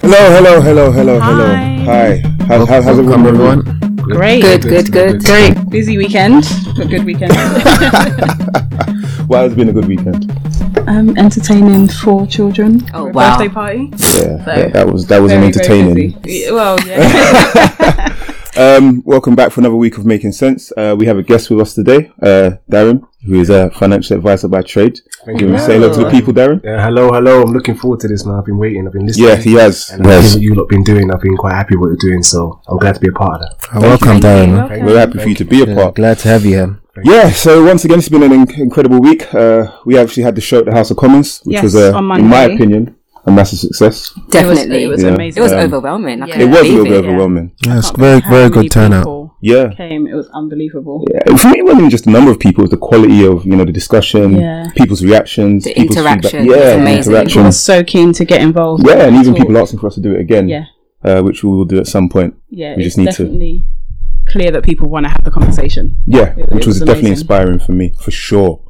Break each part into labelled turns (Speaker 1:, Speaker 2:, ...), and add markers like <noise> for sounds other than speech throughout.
Speaker 1: Hello, hello, hello, hello, hello. Hi.
Speaker 2: Hi.
Speaker 1: How, how, how's
Speaker 3: Welcome,
Speaker 1: everyone doing?
Speaker 3: everyone.
Speaker 2: Great.
Speaker 4: Good, good, good.
Speaker 3: Great.
Speaker 2: Busy weekend, but good <laughs> weekend.
Speaker 1: Well, it's been a good weekend.
Speaker 2: um, entertaining four children.
Speaker 4: Oh,
Speaker 2: for a
Speaker 4: wow.
Speaker 2: Birthday <laughs> party.
Speaker 1: Yeah, that, that was that was an
Speaker 2: Very, very
Speaker 1: entertaining.
Speaker 2: busy. Yeah, Well, yeah.
Speaker 1: Um, welcome back for another week of Making Sense. Uh, we have a guest with us today, uh, Darren, who is a financial advisor by trade.
Speaker 5: Thank
Speaker 1: You
Speaker 5: you.
Speaker 1: want to say hello to the people, Darren?
Speaker 5: Yeah, hello, hello. I'm looking forward to this now. I've been waiting. I've been listening.
Speaker 1: Yeah, he has.
Speaker 5: And I think what you lot been doing, I've been quite happy what you're doing. So I'm glad to be a part of that.
Speaker 3: Welcome,
Speaker 1: Um,
Speaker 3: Darren.
Speaker 2: Welcome.
Speaker 1: We're happy for you to be a
Speaker 3: Yeah,
Speaker 1: part.
Speaker 3: glad to have you here.
Speaker 1: Yeah, so once again, it's been an in- incredible week. Uh, we actually had the show at the House of Commons, which
Speaker 2: Yes,
Speaker 1: was, a,
Speaker 2: on
Speaker 1: in my
Speaker 2: Monday.
Speaker 1: opinion, a massive success.
Speaker 4: Definitely.
Speaker 2: It was, it was
Speaker 1: Yeah.
Speaker 4: It
Speaker 2: amazing.
Speaker 4: was
Speaker 1: Um,
Speaker 4: overwhelming. I
Speaker 2: yeah.
Speaker 4: couldn't
Speaker 1: It was a
Speaker 4: believe
Speaker 1: little bit
Speaker 2: yeah.
Speaker 1: overwhelming.
Speaker 3: Yes,
Speaker 2: Can't
Speaker 3: very,
Speaker 2: believe how
Speaker 3: very
Speaker 2: many
Speaker 3: good turnout.
Speaker 2: people
Speaker 1: Yeah.
Speaker 2: Came. It was unbelievable.
Speaker 1: Yeah, For me, it wasn't just the number of people, it was the quality of you know the discussion,
Speaker 2: Yeah.
Speaker 1: people's reactions,
Speaker 4: The
Speaker 1: people's feedback.
Speaker 4: interaction
Speaker 1: Yeah,
Speaker 4: was
Speaker 1: the
Speaker 4: amazing.
Speaker 2: People were
Speaker 1: interaction.
Speaker 2: so keen to get involved.
Speaker 1: Yeah, and even
Speaker 2: Talk.
Speaker 1: people asking for us to do it again,
Speaker 2: Yeah.
Speaker 1: uh, which we will do at some point.
Speaker 2: Yeah.
Speaker 1: We
Speaker 2: it's
Speaker 1: just need to-
Speaker 2: definitely clear that people want to have the conversation.
Speaker 1: Yeah,
Speaker 2: It-
Speaker 1: which was,
Speaker 2: it was
Speaker 1: definitely
Speaker 2: amazing.
Speaker 1: inspiring for me, for sure.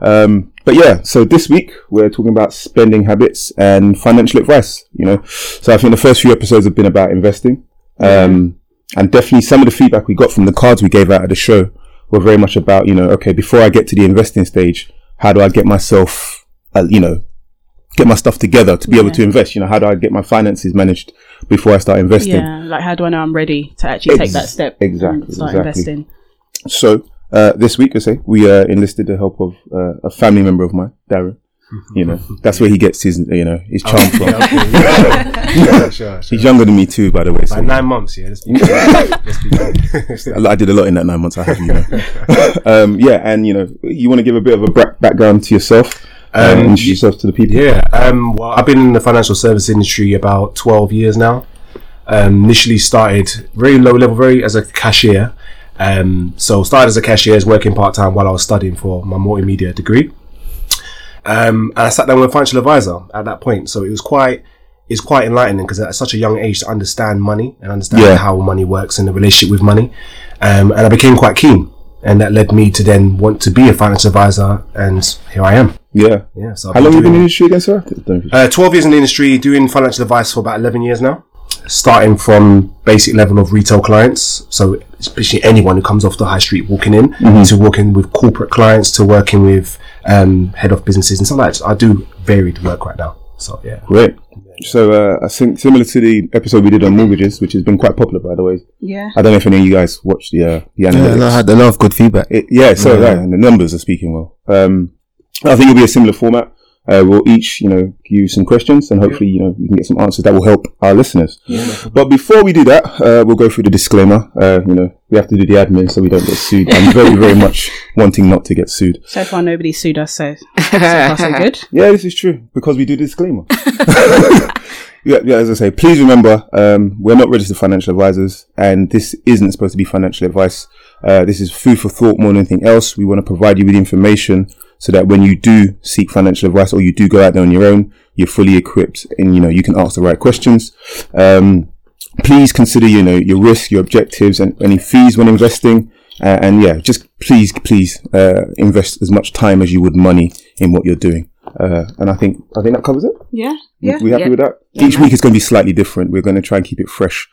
Speaker 1: Um, but yeah, so this week we're talking about spending habits and financial advice, you know. So I think the first few episodes have been about investing. Um, and definitely some of the feedback we got from the cards we gave out at the show were very much about, you know, okay, before I get to the investing stage, how do I get myself, uh, you know, get my stuff together to be able to invest? You know, how do I get my finances managed before I start investing?
Speaker 2: Yeah. Like, how do I know I'm ready to actually take
Speaker 1: Ex-
Speaker 2: that step?
Speaker 1: exactly,
Speaker 2: And start
Speaker 1: exactly.
Speaker 2: investing.
Speaker 1: So uh, this week, I say we uh, enlisted the help of uh, a family member of mine, Darren. You
Speaker 5: <laughs>
Speaker 1: know, that's where he gets his, you know, his charm from.
Speaker 5: Yeah, okay, yeah.
Speaker 2: <laughs>
Speaker 5: Sure, sure, sure.
Speaker 3: <laughs>
Speaker 1: He's younger than me too, by the way. So
Speaker 5: Like nine months, yeah. Let's be, let's be
Speaker 1: I I did a lot in that nine months. I have you know. <laughs> um, yeah, and you know, you want to give a bit of a bra- background to yourself, uh,
Speaker 5: Um,
Speaker 1: introduce yourself to the people.
Speaker 5: Yeah. Um, well, I've been in the financial service industry about 12 years now. Um, initially started very low level, very as a cashier. Um, so started as a cashier, as working part time while I was studying for my multimedia degree. Um, and I sat down with a financial advisor at that point. So it was quite, it's quite enlightening because at such a young age to understand money and understand
Speaker 1: Yeah.
Speaker 5: how money works and the relationship with money. Um, and I became quite keen. And that led me to then want to be a financial advisor, and here I am.
Speaker 1: Yeah.
Speaker 5: Yeah. So I've
Speaker 1: How long have you
Speaker 5: doing
Speaker 1: been in the
Speaker 5: it.
Speaker 1: industry again, sir? Don't know.
Speaker 5: Uh, 12 years in the industry, doing financial advice for about 11 years now, starting from basic level of retail clients. So, especially anyone who comes off the high street walking in,
Speaker 3: Mm-hmm.
Speaker 5: to working with corporate clients, to working with um, head of businesses and stuff like that. I do varied work right now. So, yeah.
Speaker 1: Great. So uh, I think similar to the episode we did on mortgages, which has been quite popular, by the way.
Speaker 2: Yeah.
Speaker 1: I don't know if any of you guys watched the uh, the
Speaker 3: Yeah,
Speaker 1: analytics.
Speaker 3: and I had a lot of good feedback.
Speaker 1: It, yeah, so yeah. and the numbers are speaking well. Um, I think it'll be a similar format. Uh, we'll each, you know, give you some questions, and hopefully, you know, we can get some answers that will help our listeners. but before we do that, uh, we'll go through the disclaimer. Uh, you know, we have to do the admin so we don't get sued. I'm very, very much wanting not to get sued.
Speaker 2: So far, nobody sued us. <laughs> So, so far, so good.
Speaker 1: Yeah, this is true because we do the disclaimer. <laughs> yeah, yeah, as I say, please remember um, we're not registered financial advisors, and this isn't supposed to be financial advice. Uh, this is food for thought more than anything else. We want to provide you with information so that when you do seek financial advice or you do go out there on your own, you're fully equipped and you know you can ask the right questions. Um, please consider you know your risk, your objectives, and any fees when investing. Uh, and yeah, just please, please uh, invest as much time as you would money in what you're doing. Uh, and I think I think that covers it.
Speaker 2: Yeah.
Speaker 1: We-
Speaker 2: Yeah.
Speaker 1: we happy
Speaker 4: Yeah.
Speaker 1: with that? Each week is going to be slightly different. We're going to try and keep it fresh.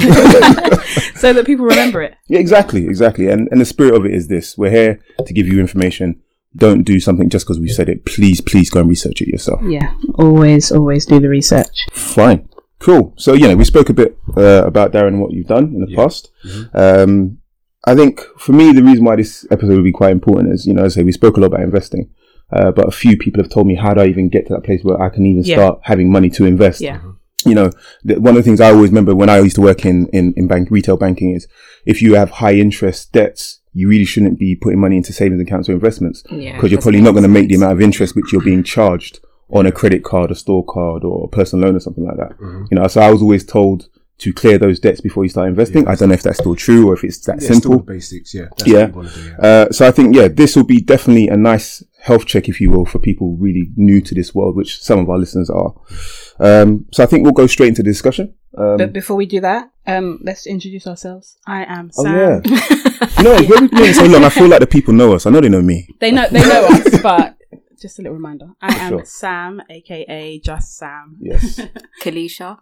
Speaker 2: so that people remember it.
Speaker 1: Yeah, exactly, exactly. And and the spirit of it is this: we're here to give you information. Don't do something just because we said it. Please, please go and research it yourself.
Speaker 2: Yeah, always, always do the research.
Speaker 1: Fine, cool. So you know, we spoke a bit uh, about Darren and what you've done in the past. Um, I think for me, the reason why this episode would be quite important is, you know, as I say we spoke a lot about investing, uh, but a few people have told me how do I even get to that place where I can even
Speaker 2: Yeah.
Speaker 1: start having money to invest.
Speaker 2: Yeah,
Speaker 1: you know, the, one of the things I always remember when I used to work in, in, in bank, retail banking is if you have high interest debts, you really shouldn't be putting money into savings accounts or investments because
Speaker 4: Yeah,
Speaker 1: you're
Speaker 4: that's
Speaker 1: probably not going to make the
Speaker 4: sense.
Speaker 1: amount of interest which you're being charged on a credit card, a store card, or a personal loan or something like that. You know, so I was always told to clear those debts before you start investing. I don't know if that's still true or if it's that
Speaker 5: Yeah, still
Speaker 1: simple.
Speaker 5: the basics. Yeah. That's
Speaker 1: Yeah.
Speaker 5: What you wanna do, yeah.
Speaker 1: Uh, so I think, yeah, this will be definitely a nice health check, if you will, for people really new to this world, which some of our listeners are. Um, so I think we'll go straight into the discussion. Um,
Speaker 2: but before we do that, um, let's introduce ourselves. I am
Speaker 1: Oh
Speaker 2: Sam.
Speaker 1: yeah. no, where we've been doing it so long, I feel like the people know us. I know they know me.
Speaker 2: They know, they know
Speaker 1: <laughs>
Speaker 2: us, but just a little reminder. I am
Speaker 1: Sure.
Speaker 2: <laughs> Sam, aka Just Sam.
Speaker 1: Yes.
Speaker 4: Kalisha.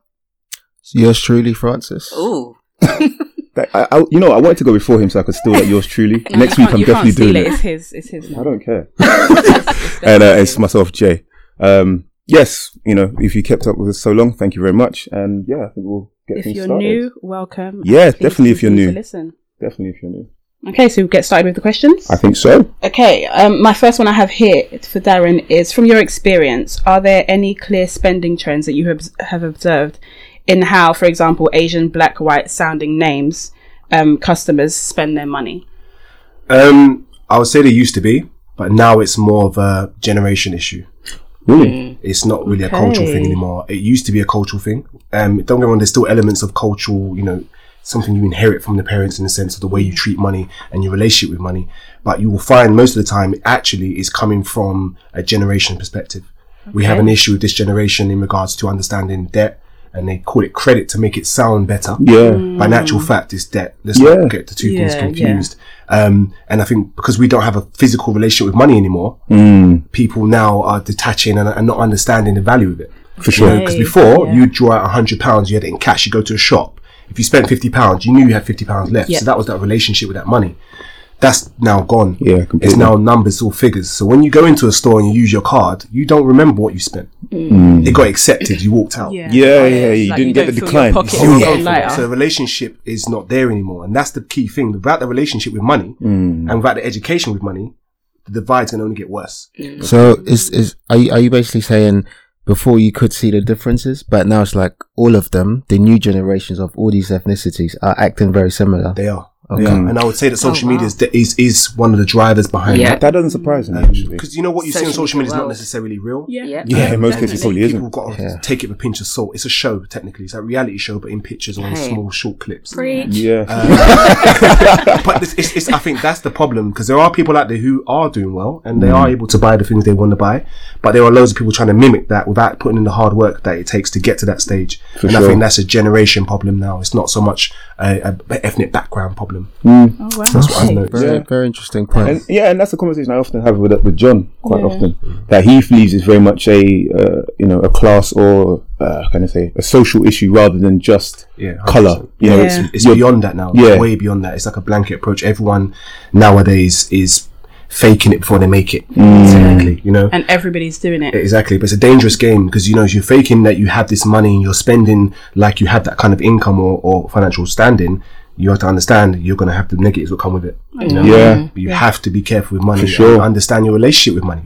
Speaker 3: Yours truly, Francis.
Speaker 4: Ooh.
Speaker 1: That- I, I, you know, I wanted to go before him so I could steal that yours truly.
Speaker 2: No,
Speaker 1: Next
Speaker 2: <laughs> you
Speaker 1: week,
Speaker 2: can't-
Speaker 1: I'm
Speaker 2: you can't
Speaker 1: definitely doing
Speaker 2: steal
Speaker 1: it.
Speaker 2: It's his. It's his.
Speaker 1: I don't
Speaker 2: <laughs>
Speaker 1: care. <laughs>
Speaker 2: It's
Speaker 1: and uh,
Speaker 2: definitely
Speaker 1: it's myself, Jay. Um, yes, you know, if you kept up with us so long, thank you very much. And yeah, I think we'll get
Speaker 2: If
Speaker 1: things
Speaker 2: you're
Speaker 1: started.
Speaker 2: new, welcome.
Speaker 1: Yeah,
Speaker 2: Please
Speaker 1: definitely if you're
Speaker 2: continue
Speaker 1: new.
Speaker 2: to Listen.
Speaker 1: Definitely, if you're new.
Speaker 2: Okay, so we get started with the questions.
Speaker 1: I think so.
Speaker 2: Okay, um, my first one I have here for Darren is from your experience, are there any clear spending trends that you have, have observed in how, for example, Asian black, white sounding names um, customers spend their money?
Speaker 5: Um, I would say there used to be, but now it's more of a generation issue.
Speaker 1: Really?
Speaker 2: Mm.
Speaker 5: It's not really a cultural thing
Speaker 2: Okay.
Speaker 5: anymore. It used to be a cultural thing. Um, don't get me wrong, there's still elements of cultural, you know, something you inherit from the parents in the sense of the way you treat money and your relationship with money. But you will find most of the time, it actually, is coming from a generation perspective. We have an issue with this generation in regards to understanding debt, and they call it credit to make it sound better.
Speaker 1: Yeah.
Speaker 5: By natural fact, it's debt. Let's
Speaker 1: Mm. Yeah.
Speaker 5: not get the two things
Speaker 2: Yeah,
Speaker 5: confused. Um, and I think because we don't have a physical relationship with money anymore,
Speaker 1: Mm,
Speaker 5: people now are detaching and, and not understanding the value of it.
Speaker 1: for
Speaker 5: You
Speaker 1: sure.
Speaker 5: know, because
Speaker 2: Right,
Speaker 5: before
Speaker 2: yeah.
Speaker 5: you draw out hundred pounds, you had it in cash. You go to a shop. If you spent fifty pounds, you knew you had fifty pounds left.
Speaker 2: Yeah.
Speaker 5: So that was that relationship with that money. That's now gone.
Speaker 1: Yeah, completely.
Speaker 5: It's now numbers or figures. So when you go into a store and you use your card, you don't remember what you spent. Mm. It got accepted. You walked out.
Speaker 1: yeah, yeah, you
Speaker 4: Like,
Speaker 1: didn't
Speaker 4: you
Speaker 1: get the
Speaker 4: don't feel your
Speaker 1: decline.
Speaker 4: pocket.
Speaker 5: You
Speaker 4: Yeah.
Speaker 5: don't
Speaker 2: Yeah.
Speaker 5: feel- So the relationship is not there anymore, and that's the key thing. Without the relationship with money,
Speaker 1: Hmm.
Speaker 5: and without the education with money, the divide's can only get worse.
Speaker 3: So is is are you, are you basically saying before you could see the differences, but now it's like all of them, the new generations of all these ethnicities are acting very similar.
Speaker 5: They are.
Speaker 3: Okay.
Speaker 1: Yeah.
Speaker 5: And I would say that social
Speaker 4: Oh, wow.
Speaker 5: media is, is is one of the drivers behind
Speaker 4: Yeah.
Speaker 5: that.
Speaker 1: That doesn't surprise
Speaker 2: Mm.
Speaker 1: me, actually.
Speaker 5: Because you know what you see on
Speaker 4: Social
Speaker 5: social media is not
Speaker 4: world.
Speaker 5: necessarily real.
Speaker 2: Yeah.
Speaker 4: Yeah.
Speaker 1: Yeah, in most
Speaker 5: Definitely.
Speaker 1: cases, it probably
Speaker 5: People
Speaker 1: isn't.
Speaker 5: got to
Speaker 3: Yeah.
Speaker 5: take it with a pinch of salt. It's a show, technically. It's a reality show, but in pictures or in
Speaker 4: Hey.
Speaker 5: small, short clips.
Speaker 4: Preach.
Speaker 1: Yeah.
Speaker 5: <laughs> but it's, it's, it's, I think that's the problem because there are people out there who are doing well and they
Speaker 1: Mm.
Speaker 5: are able to buy the things they want to buy, but there are loads of people trying to mimic that without putting in the hard work that it takes to get to that stage.
Speaker 1: For
Speaker 5: and I
Speaker 1: sure.
Speaker 5: think that's a generation problem now. It's not so much a, a ethnic background problem.
Speaker 1: Mm.
Speaker 2: Oh, wow.
Speaker 5: That's what I
Speaker 2: Okay.
Speaker 5: know.
Speaker 3: Very,
Speaker 1: Yeah.
Speaker 3: very interesting point.
Speaker 1: And yeah, and that's a conversation I often have with uh, with John quite often. That he believes is very much a uh, you know a class or uh, can I say a social issue rather than just
Speaker 5: Yeah,
Speaker 1: color. You know, it's,
Speaker 2: Yeah.
Speaker 5: it's
Speaker 1: your-
Speaker 5: beyond that now.
Speaker 1: Yeah.
Speaker 5: It's way beyond that. It's like a blanket approach. Everyone nowadays is faking it before they make it.
Speaker 1: Mm.
Speaker 5: Technically, you know.
Speaker 2: And everybody's doing it.
Speaker 5: Exactly, but it's a dangerous game because you know you're faking that you have this money and you're spending like you have that kind of income or, or financial standing. You have to understand you're going to have the negatives will come with it. You know?
Speaker 1: Oh, Yeah.
Speaker 5: you have to be careful with money. and
Speaker 1: sure. Mm.
Speaker 5: understand your relationship with money.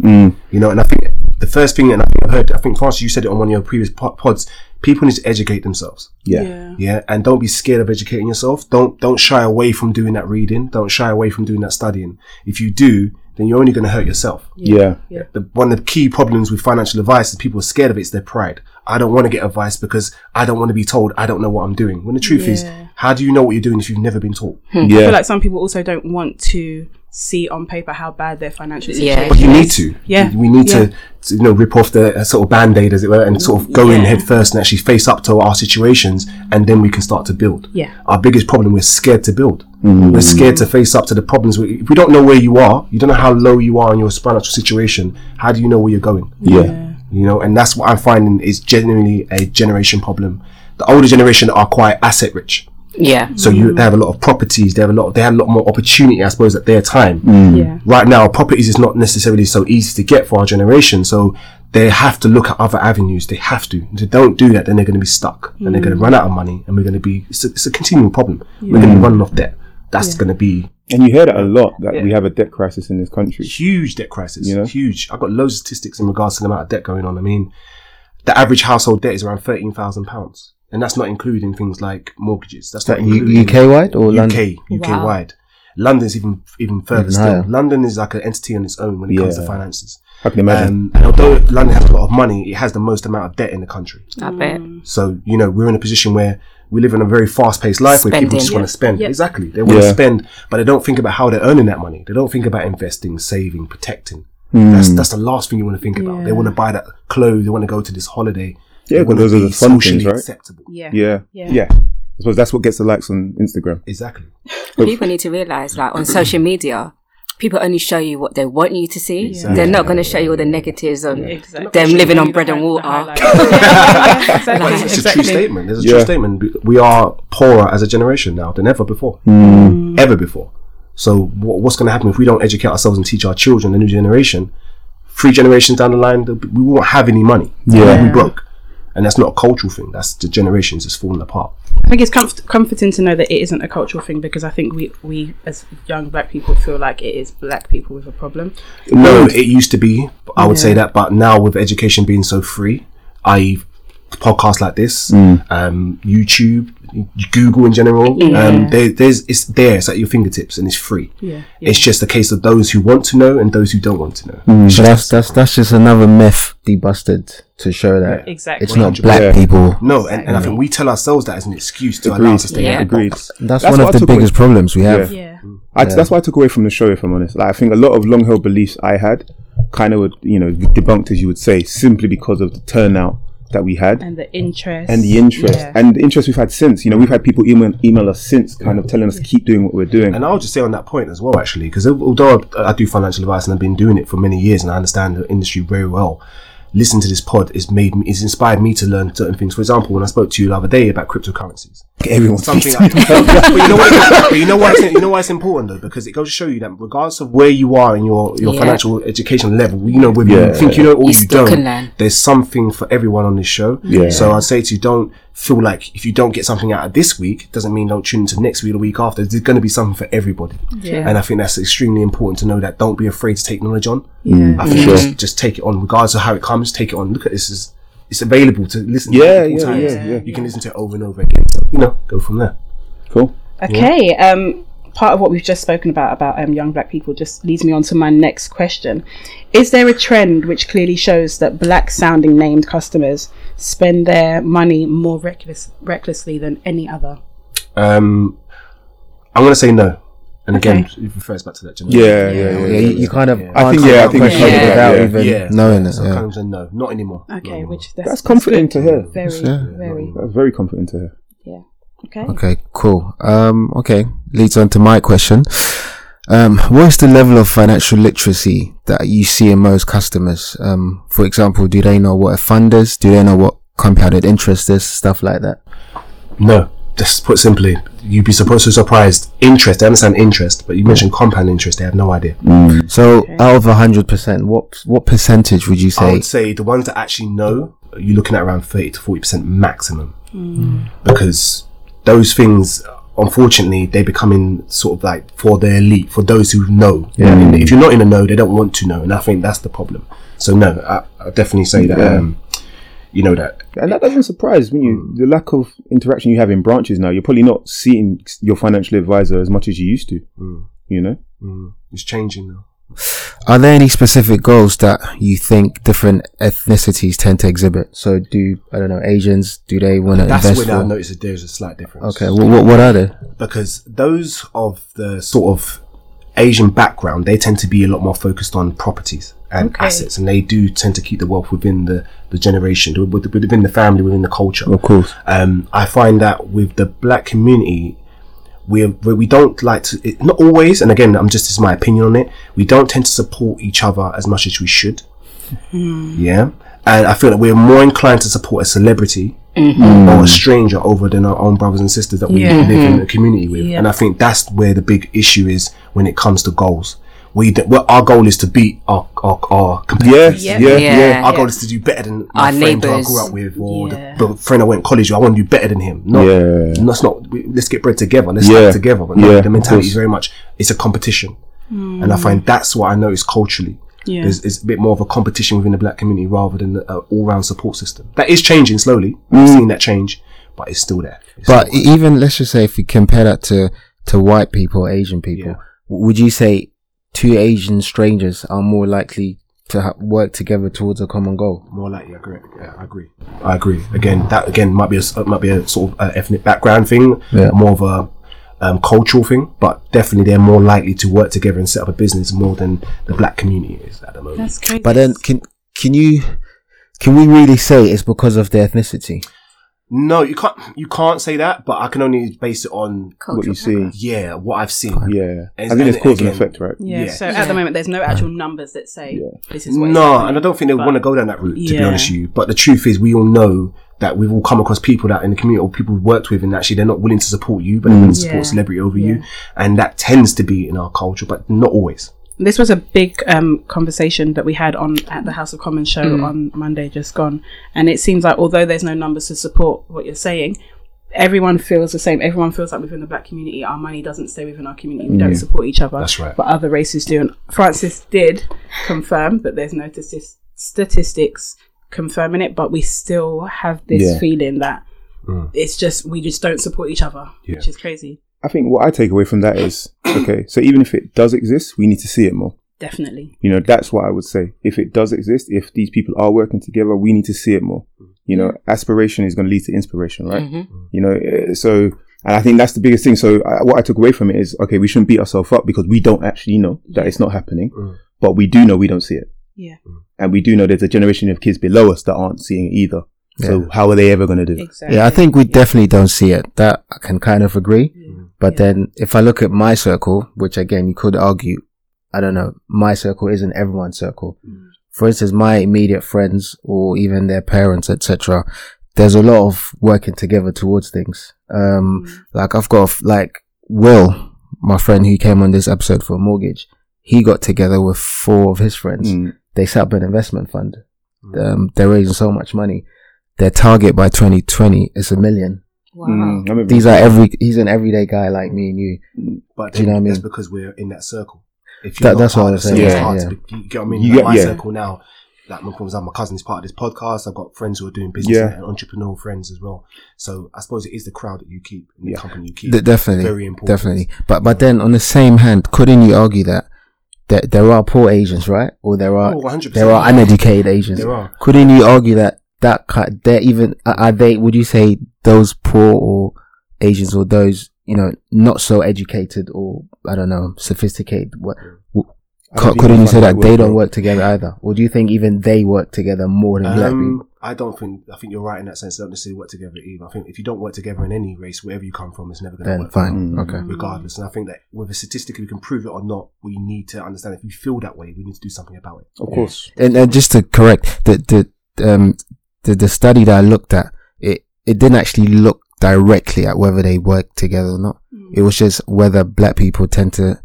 Speaker 5: You know, and I think the first thing, and I think I heard, I think Francis, you said it on one of your previous po- pods. People need to educate themselves
Speaker 1: yeah,
Speaker 2: Yeah.
Speaker 5: yeah and don't be scared of educating yourself don't don't shy away from doing that reading don't shy away from doing that studying if you do then you're only going to hurt yourself
Speaker 1: yeah,
Speaker 5: the, one of the key problems with financial advice is people are scared of it is their pride i don't want to get advice because i don't want to be told i don't know what i'm doing when the truth is how do you know what you're doing if you've never been taught
Speaker 2: Hmm. I feel
Speaker 1: yeah.
Speaker 2: like some people also don't want to see on paper how bad their financial
Speaker 4: Yeah.
Speaker 2: situation
Speaker 5: but you need
Speaker 2: is.
Speaker 5: to
Speaker 2: Yeah.
Speaker 5: we need
Speaker 2: Yeah.
Speaker 5: to, to, you know rip off the uh, sort of band-aid as it were and sort of go in head first and actually face up to our situations and then we can start to build
Speaker 2: Yeah.
Speaker 5: our biggest problem we're scared to build we're scared to face up to the problems we, if we don't know where you are you don't know how low you are in your financial situation how do you know where you're going
Speaker 1: Yeah.
Speaker 5: you know and that's what i'm finding is genuinely a generation problem the older generation are quite asset rich
Speaker 4: Yeah.
Speaker 5: so
Speaker 2: Mm.
Speaker 5: you they have a lot of properties they have a lot they have a lot more opportunity i suppose at their time
Speaker 2: Yeah.
Speaker 5: right now properties is not necessarily so easy to get for our generation so they have to look at other avenues they have to if they don't do that then they're going to be stuck and they're going to run out of money and we're going to be it's a, it's a continual problem we're going to be running off debt that's going to be
Speaker 1: And you hear that a lot that we have a debt crisis in this country.
Speaker 5: huge debt crisis
Speaker 1: You know?
Speaker 5: huge i've got loads of statistics in regards to the amount of debt going on i mean the average household debt is around 13,000 pounds and that's not including things like mortgages that's not including
Speaker 3: U- UK wide or London?
Speaker 5: UK, UK wide. London's even even further
Speaker 3: Even
Speaker 5: still.
Speaker 3: higher.
Speaker 5: London is like an entity on its own when it comes to
Speaker 1: Yeah.
Speaker 5: finances.
Speaker 1: I can imagine.
Speaker 5: Um, and although London has a lot of money, it has the most amount of debt in the country.
Speaker 4: I bet.
Speaker 2: Mm.
Speaker 5: So you know we're in a position where we live in a very fast-paced life where people
Speaker 4: Spending.
Speaker 5: just want to spend.
Speaker 2: Yep.
Speaker 5: Exactly, they want to
Speaker 1: Yeah.
Speaker 5: spend, but they don't think about how they're earning that money. They don't think about investing, saving, protecting.
Speaker 1: Hmm.
Speaker 5: That's that's the last thing you want to think about. They want to buy that clothes. They want to go to this holiday. They
Speaker 1: Yeah, 'cause
Speaker 5: wanna
Speaker 1: those are
Speaker 5: be
Speaker 1: the fun things,
Speaker 5: socially
Speaker 1: right?
Speaker 5: Acceptable.
Speaker 2: Yeah.
Speaker 1: yeah.
Speaker 2: Yeah.
Speaker 1: yeah, I suppose that's what gets the likes on Instagram.
Speaker 5: Exactly.
Speaker 4: People need to realize, like, on social media, people only show you what they want you to see.
Speaker 5: Exactly.
Speaker 4: They're not going to show you all the negatives on
Speaker 2: Exactly.
Speaker 4: them living on bread and water. <laughs>
Speaker 2: exactly.
Speaker 5: It's a true statement. It's a
Speaker 1: Yeah.
Speaker 5: true statement. We- We are poorer as a generation now than ever before.
Speaker 1: Hmm.
Speaker 5: Ever before. So wha- what's going to happen if we don't educate ourselves and teach our children, the new generation, three generations down the line, they'll be- we won't have any money.
Speaker 1: Yeah.
Speaker 5: We'll be broke. And that's not a cultural thing. That's the generations that's falling apart.
Speaker 2: I think it's comfort- comforting to know that it isn't a cultural thing because I think we, we as young black people feel like it is black people with a problem.
Speaker 5: No, it used to be. I would say that, but now with education being so free, i.e., podcasts like this,
Speaker 1: Mm.
Speaker 5: um, YouTube, Google in general, um, there, there's it's there, it's at your fingertips, and it's free.
Speaker 2: Yeah.
Speaker 5: It's just a case of those who want to know and those who don't want to know. It's
Speaker 3: So
Speaker 1: Mm.
Speaker 5: just-
Speaker 3: that's that's that's just another myth debusted to show that
Speaker 2: Exactly.
Speaker 3: it's not black
Speaker 1: Yeah.
Speaker 3: people.
Speaker 5: no, and, and I think we tell ourselves that as an excuse to allow
Speaker 1: Agreed.
Speaker 5: us to stay. in that
Speaker 1: Agreed.
Speaker 5: box.
Speaker 3: That's,
Speaker 1: That's
Speaker 3: one
Speaker 1: what
Speaker 3: of
Speaker 1: I
Speaker 3: the
Speaker 1: took away-
Speaker 3: biggest problems we have.
Speaker 2: Yeah.
Speaker 1: I, That's what I took away from the show, if I'm honest. Like, I think a lot of long held beliefs I had kind of, would, you know, debunked, as you would say, simply because of the turnout that we had.
Speaker 2: And the interest.
Speaker 1: and the interest
Speaker 2: Yeah.
Speaker 1: and the interest we've had since you know we've had people email, email us since kind of telling us to keep doing what we're doing
Speaker 5: And I'll just say on that point as well, actually, because although I, I do financial advice and I've been doing it for many years and I understand the industry very well, listening to this pod has made me, it's inspired me to learn certain things. For example, when I spoke to you the other day about cryptocurrencies,
Speaker 1: everyone
Speaker 5: something.
Speaker 1: speaks
Speaker 5: I, but you know what? But you know why? It's, you know why it's important though, because it goes to show you that regardless of where you are in your your
Speaker 4: Yeah.
Speaker 5: financial education level, you know whether
Speaker 1: Yeah.
Speaker 5: you think you know or
Speaker 4: You
Speaker 5: you,
Speaker 4: still
Speaker 5: don't.
Speaker 4: can learn.
Speaker 5: There's something for everyone on this show.
Speaker 1: Yeah.
Speaker 5: So I say to you, don't feel like if you don't get something out of this week, doesn't mean don't tune into next week or the week after. There's going to be something for everybody.
Speaker 2: Yeah.
Speaker 5: And I think that's extremely important to know that. Don't be afraid to take knowledge on.
Speaker 1: Mm.
Speaker 5: I think just, just take it on, regardless of how it comes. Take it on. Look at this is it's available to listen. to
Speaker 1: Yeah,
Speaker 5: at all
Speaker 1: yeah,
Speaker 5: times.
Speaker 1: yeah, yeah.
Speaker 5: You can listen to it over and over again. So, you know, go from there.
Speaker 1: cool
Speaker 2: Okay. Um, part of what we've just spoken about about um, young black people just leads me on to my next question: Is there a trend which clearly shows that black-sounding named customers spend their money more reckless, recklessly than any other?
Speaker 5: Um, I'm gonna say no. And again, it refers back to that generation.
Speaker 1: yeah yeah yeah,
Speaker 3: Yeah,
Speaker 1: yeah.
Speaker 3: you, you kind of
Speaker 1: I think-
Speaker 3: answered
Speaker 1: yeah, I
Speaker 3: that
Speaker 1: think we
Speaker 3: question
Speaker 4: covered
Speaker 3: without
Speaker 1: that,
Speaker 3: even
Speaker 5: Yeah. yeah.
Speaker 3: knowing it.
Speaker 5: So
Speaker 3: yeah.
Speaker 5: I'm gonna say no, not anymore. Not
Speaker 2: Okay,
Speaker 5: anymore.
Speaker 2: which
Speaker 1: that's comforting to hear
Speaker 2: Very,
Speaker 3: Yeah.
Speaker 2: very.
Speaker 1: that's very comforting to hear
Speaker 2: Okay.
Speaker 3: Okay, cool. Um, okay, leads on to my question. Um, what is the level of financial literacy that you see in most customers? Um, for example, do they know what a fund is? Do they know what compounded interest is? Stuff like that.
Speaker 5: No, just put simply, you'd be supposed to surprised. Interest, they understand interest, but you mentioned compound interest, they have no idea. Mm.
Speaker 3: So, out of hundred percent, what what percentage would you
Speaker 5: I
Speaker 3: say?
Speaker 5: would say the ones that actually know, you're looking at around 30 to 40% maximum. Because those things, unfortunately, they're becoming sort of like for the elite, for those who know. And if you're not in a know, they don't want to know. And I think that's the problem. So, no, I, I definitely say that, um, you know, that
Speaker 1: and that doesn't surprise when you the lack of interaction you have in branches now you're probably not seeing your financial advisor as much as you used to you know
Speaker 5: it's changing now.
Speaker 3: Are there any specific goals that you think different ethnicities tend to exhibit? So, do I don't know Asians? Do they want to
Speaker 5: That's
Speaker 3: invest?
Speaker 5: when I've
Speaker 3: For,
Speaker 5: noticed that there's a slight difference.
Speaker 3: okay, what what, what are they?
Speaker 5: because those of the sort of Asian background, they tend to be a lot more focused on properties and
Speaker 2: Okay.
Speaker 5: assets, and they do tend to keep the wealth within the, the generation, with- within the family, within the culture.
Speaker 1: of course
Speaker 5: Um, I find that with the black community, we we we don't like to it, not always, and again, I'm just this is my opinion on it. We don't tend to support each other as much as we should.
Speaker 4: Hmm.
Speaker 5: Yeah, and I feel that we're more inclined to support a celebrity
Speaker 4: Mm-hmm.
Speaker 5: or a stranger over than our own brothers and sisters that we live in a community with. And I think that's where the big issue is when it comes to goals. We d- well, our goal is to beat our our, our
Speaker 1: yeah
Speaker 5: competitors.
Speaker 1: yeah
Speaker 4: Yeah.
Speaker 1: yeah,
Speaker 4: Yeah.
Speaker 5: Our goal is to do better than my
Speaker 4: Our
Speaker 5: friend who I
Speaker 4: neighbours.
Speaker 5: grew up with, or the, the friend I went to college with. I want to do better than him. No,
Speaker 1: Yeah.
Speaker 5: let's not. we- Let's get bread together. Let's
Speaker 1: Yeah.
Speaker 5: work together. But no,
Speaker 1: Yeah,
Speaker 5: the
Speaker 1: of
Speaker 5: mentality is
Speaker 1: course.
Speaker 5: very much it's a competition, and I find that's what I notice culturally.
Speaker 2: Yeah.
Speaker 5: There's, it's a bit more of a competition within the black community rather than an all-round support system. That is changing slowly. We've
Speaker 1: Mm.
Speaker 5: seen that change, but it's still there. It's
Speaker 3: But e- even let's just say if we compare that to to white people, Asian people, w- would you say two Asian strangers are more likely to ha- work together towards a common goal?
Speaker 5: More likely, I agree. Yeah, I agree. I agree. Again, that again might be a s- uh, might be a sort of uh, ethnic background thing,
Speaker 3: Yeah.
Speaker 5: more of a um, cultural thing, but definitely they're more likely to work together and set up a business more than the black community is at the moment.
Speaker 2: That's crazy.
Speaker 3: But then can can you can we really say it's because of their ethnicity?
Speaker 5: No, you can't. You can't say that. But I can only base it on
Speaker 1: what
Speaker 4: Cultural
Speaker 1: you see.
Speaker 5: yeah, what I've seen.
Speaker 1: Yeah, I
Speaker 5: It's-
Speaker 1: think it's
Speaker 5: and
Speaker 1: cause and
Speaker 5: again-
Speaker 1: effect, right?
Speaker 2: Yeah,
Speaker 5: Yeah.
Speaker 2: so at the moment, there's no actual numbers that say this is what it's
Speaker 5: No,
Speaker 2: happening.
Speaker 5: and I don't think they would
Speaker 2: But-
Speaker 5: want to go down that route, to be
Speaker 2: Yeah.
Speaker 5: honest with you. But the truth is, we all know that we've all come across people that in the community or people we've worked with, and actually they're not willing to support you, but they're willing to support
Speaker 2: Yeah.
Speaker 5: celebrity over you. And that tends to be in our culture, but not always.
Speaker 2: this was a big um, conversation that we had on at the House of Commons show on Monday just gone, and it seems like although there's no numbers to support what you're saying, everyone feels the same. Everyone feels like within the black community, our money doesn't stay within our community. We don't support each other.
Speaker 5: That's right.
Speaker 2: But other races do, and Francis did confirm that there's no statis- statistics confirming it, but we still have this
Speaker 1: Yeah.
Speaker 2: feeling that. It's just we just don't support each other, which is crazy.
Speaker 1: I think what I take away from that is okay. So even if it does exist, we need to see it more.
Speaker 2: Definitely,
Speaker 1: You know, that's what I would say. If it does exist, if these people are working together, we need to see it more. You know,
Speaker 3: Mm-hmm.
Speaker 1: aspiration is going to lead to inspiration, right? You know, eh, so, and I think that's the biggest thing. So, I, what I took away from it is, okay, we shouldn't beat ourselves up because we don't actually know that it's not happening,
Speaker 3: Mm.
Speaker 1: but we do know we don't see it.
Speaker 2: yeah,
Speaker 1: And we do know there's a generation of kids below us that aren't seeing it either. So, how are they ever going to do it?
Speaker 2: exactly.
Speaker 3: Yeah, I think we definitely don't see it. That I can kind of agree. But then if I look at my circle, which again, you could argue, I don't know, my circle isn't everyone's circle. For instance, my immediate friends or even their parents, etc. There's a lot of working together towards things. Um, like I've got, like Will, my friend who came on this episode for a mortgage, he got together with four of his friends
Speaker 1: Mm.
Speaker 3: they set up an investment fund.
Speaker 5: Hmm.
Speaker 3: Um, they're raising so much money. Their target by 2020 is a million.
Speaker 4: Wow.
Speaker 1: Mm, I remember-
Speaker 3: These are every, he's an everyday guy like me and you.
Speaker 5: But
Speaker 3: Do you know what I
Speaker 5: that's
Speaker 3: mean?
Speaker 5: because we're in that circle. If
Speaker 3: That-
Speaker 5: not
Speaker 3: that's what
Speaker 5: part
Speaker 3: I
Speaker 5: of
Speaker 3: was
Speaker 5: the circle,
Speaker 3: saying, yeah,
Speaker 5: it's
Speaker 3: yeah.
Speaker 5: hard to be- you get what I mean?
Speaker 1: You
Speaker 5: Like
Speaker 1: get-
Speaker 5: my
Speaker 1: yeah.
Speaker 5: circle now, like my, for example, my cousin's part of this podcast. I've got friends who are doing business
Speaker 1: Yeah.
Speaker 5: and entrepreneurial friends as well. So I suppose it is the crowd that you keep and the company you keep.
Speaker 3: De- definitely.
Speaker 5: Very important.
Speaker 3: Definitely. But, but then on the same hand, couldn't you argue that, that there are poor Asians, right? Or there are,
Speaker 5: Oh, 100%.
Speaker 3: there are uneducated Asians.
Speaker 5: There are.
Speaker 3: Couldn't you argue that that kind, they're even, are are they, would you say those poor or Asians or those, you know, not so educated or, I don't know, sophisticated, what,
Speaker 1: I don't
Speaker 3: Co-
Speaker 1: think
Speaker 3: couldn't you
Speaker 1: we'll
Speaker 3: say
Speaker 1: find
Speaker 3: that
Speaker 1: out
Speaker 3: they
Speaker 1: what-
Speaker 3: don't work together either? Or do you think even they work together more than black people?
Speaker 5: Um, I don't think. I think you're right in that sense. They don't necessarily work together either. I think if you don't work together in any race, wherever you come from, it's never going to
Speaker 3: Then
Speaker 5: work.
Speaker 3: fine,
Speaker 1: Mm.
Speaker 3: okay.
Speaker 5: Regardless, and I think that whether statistically we can prove it or not, we need to understand. If we feel that way, we need to do something about it.
Speaker 1: Of course.
Speaker 3: And, and just to correct the the um the, the study that I looked at, it it didn't actually look directly at whether they work together or not. It was just whether black people tend to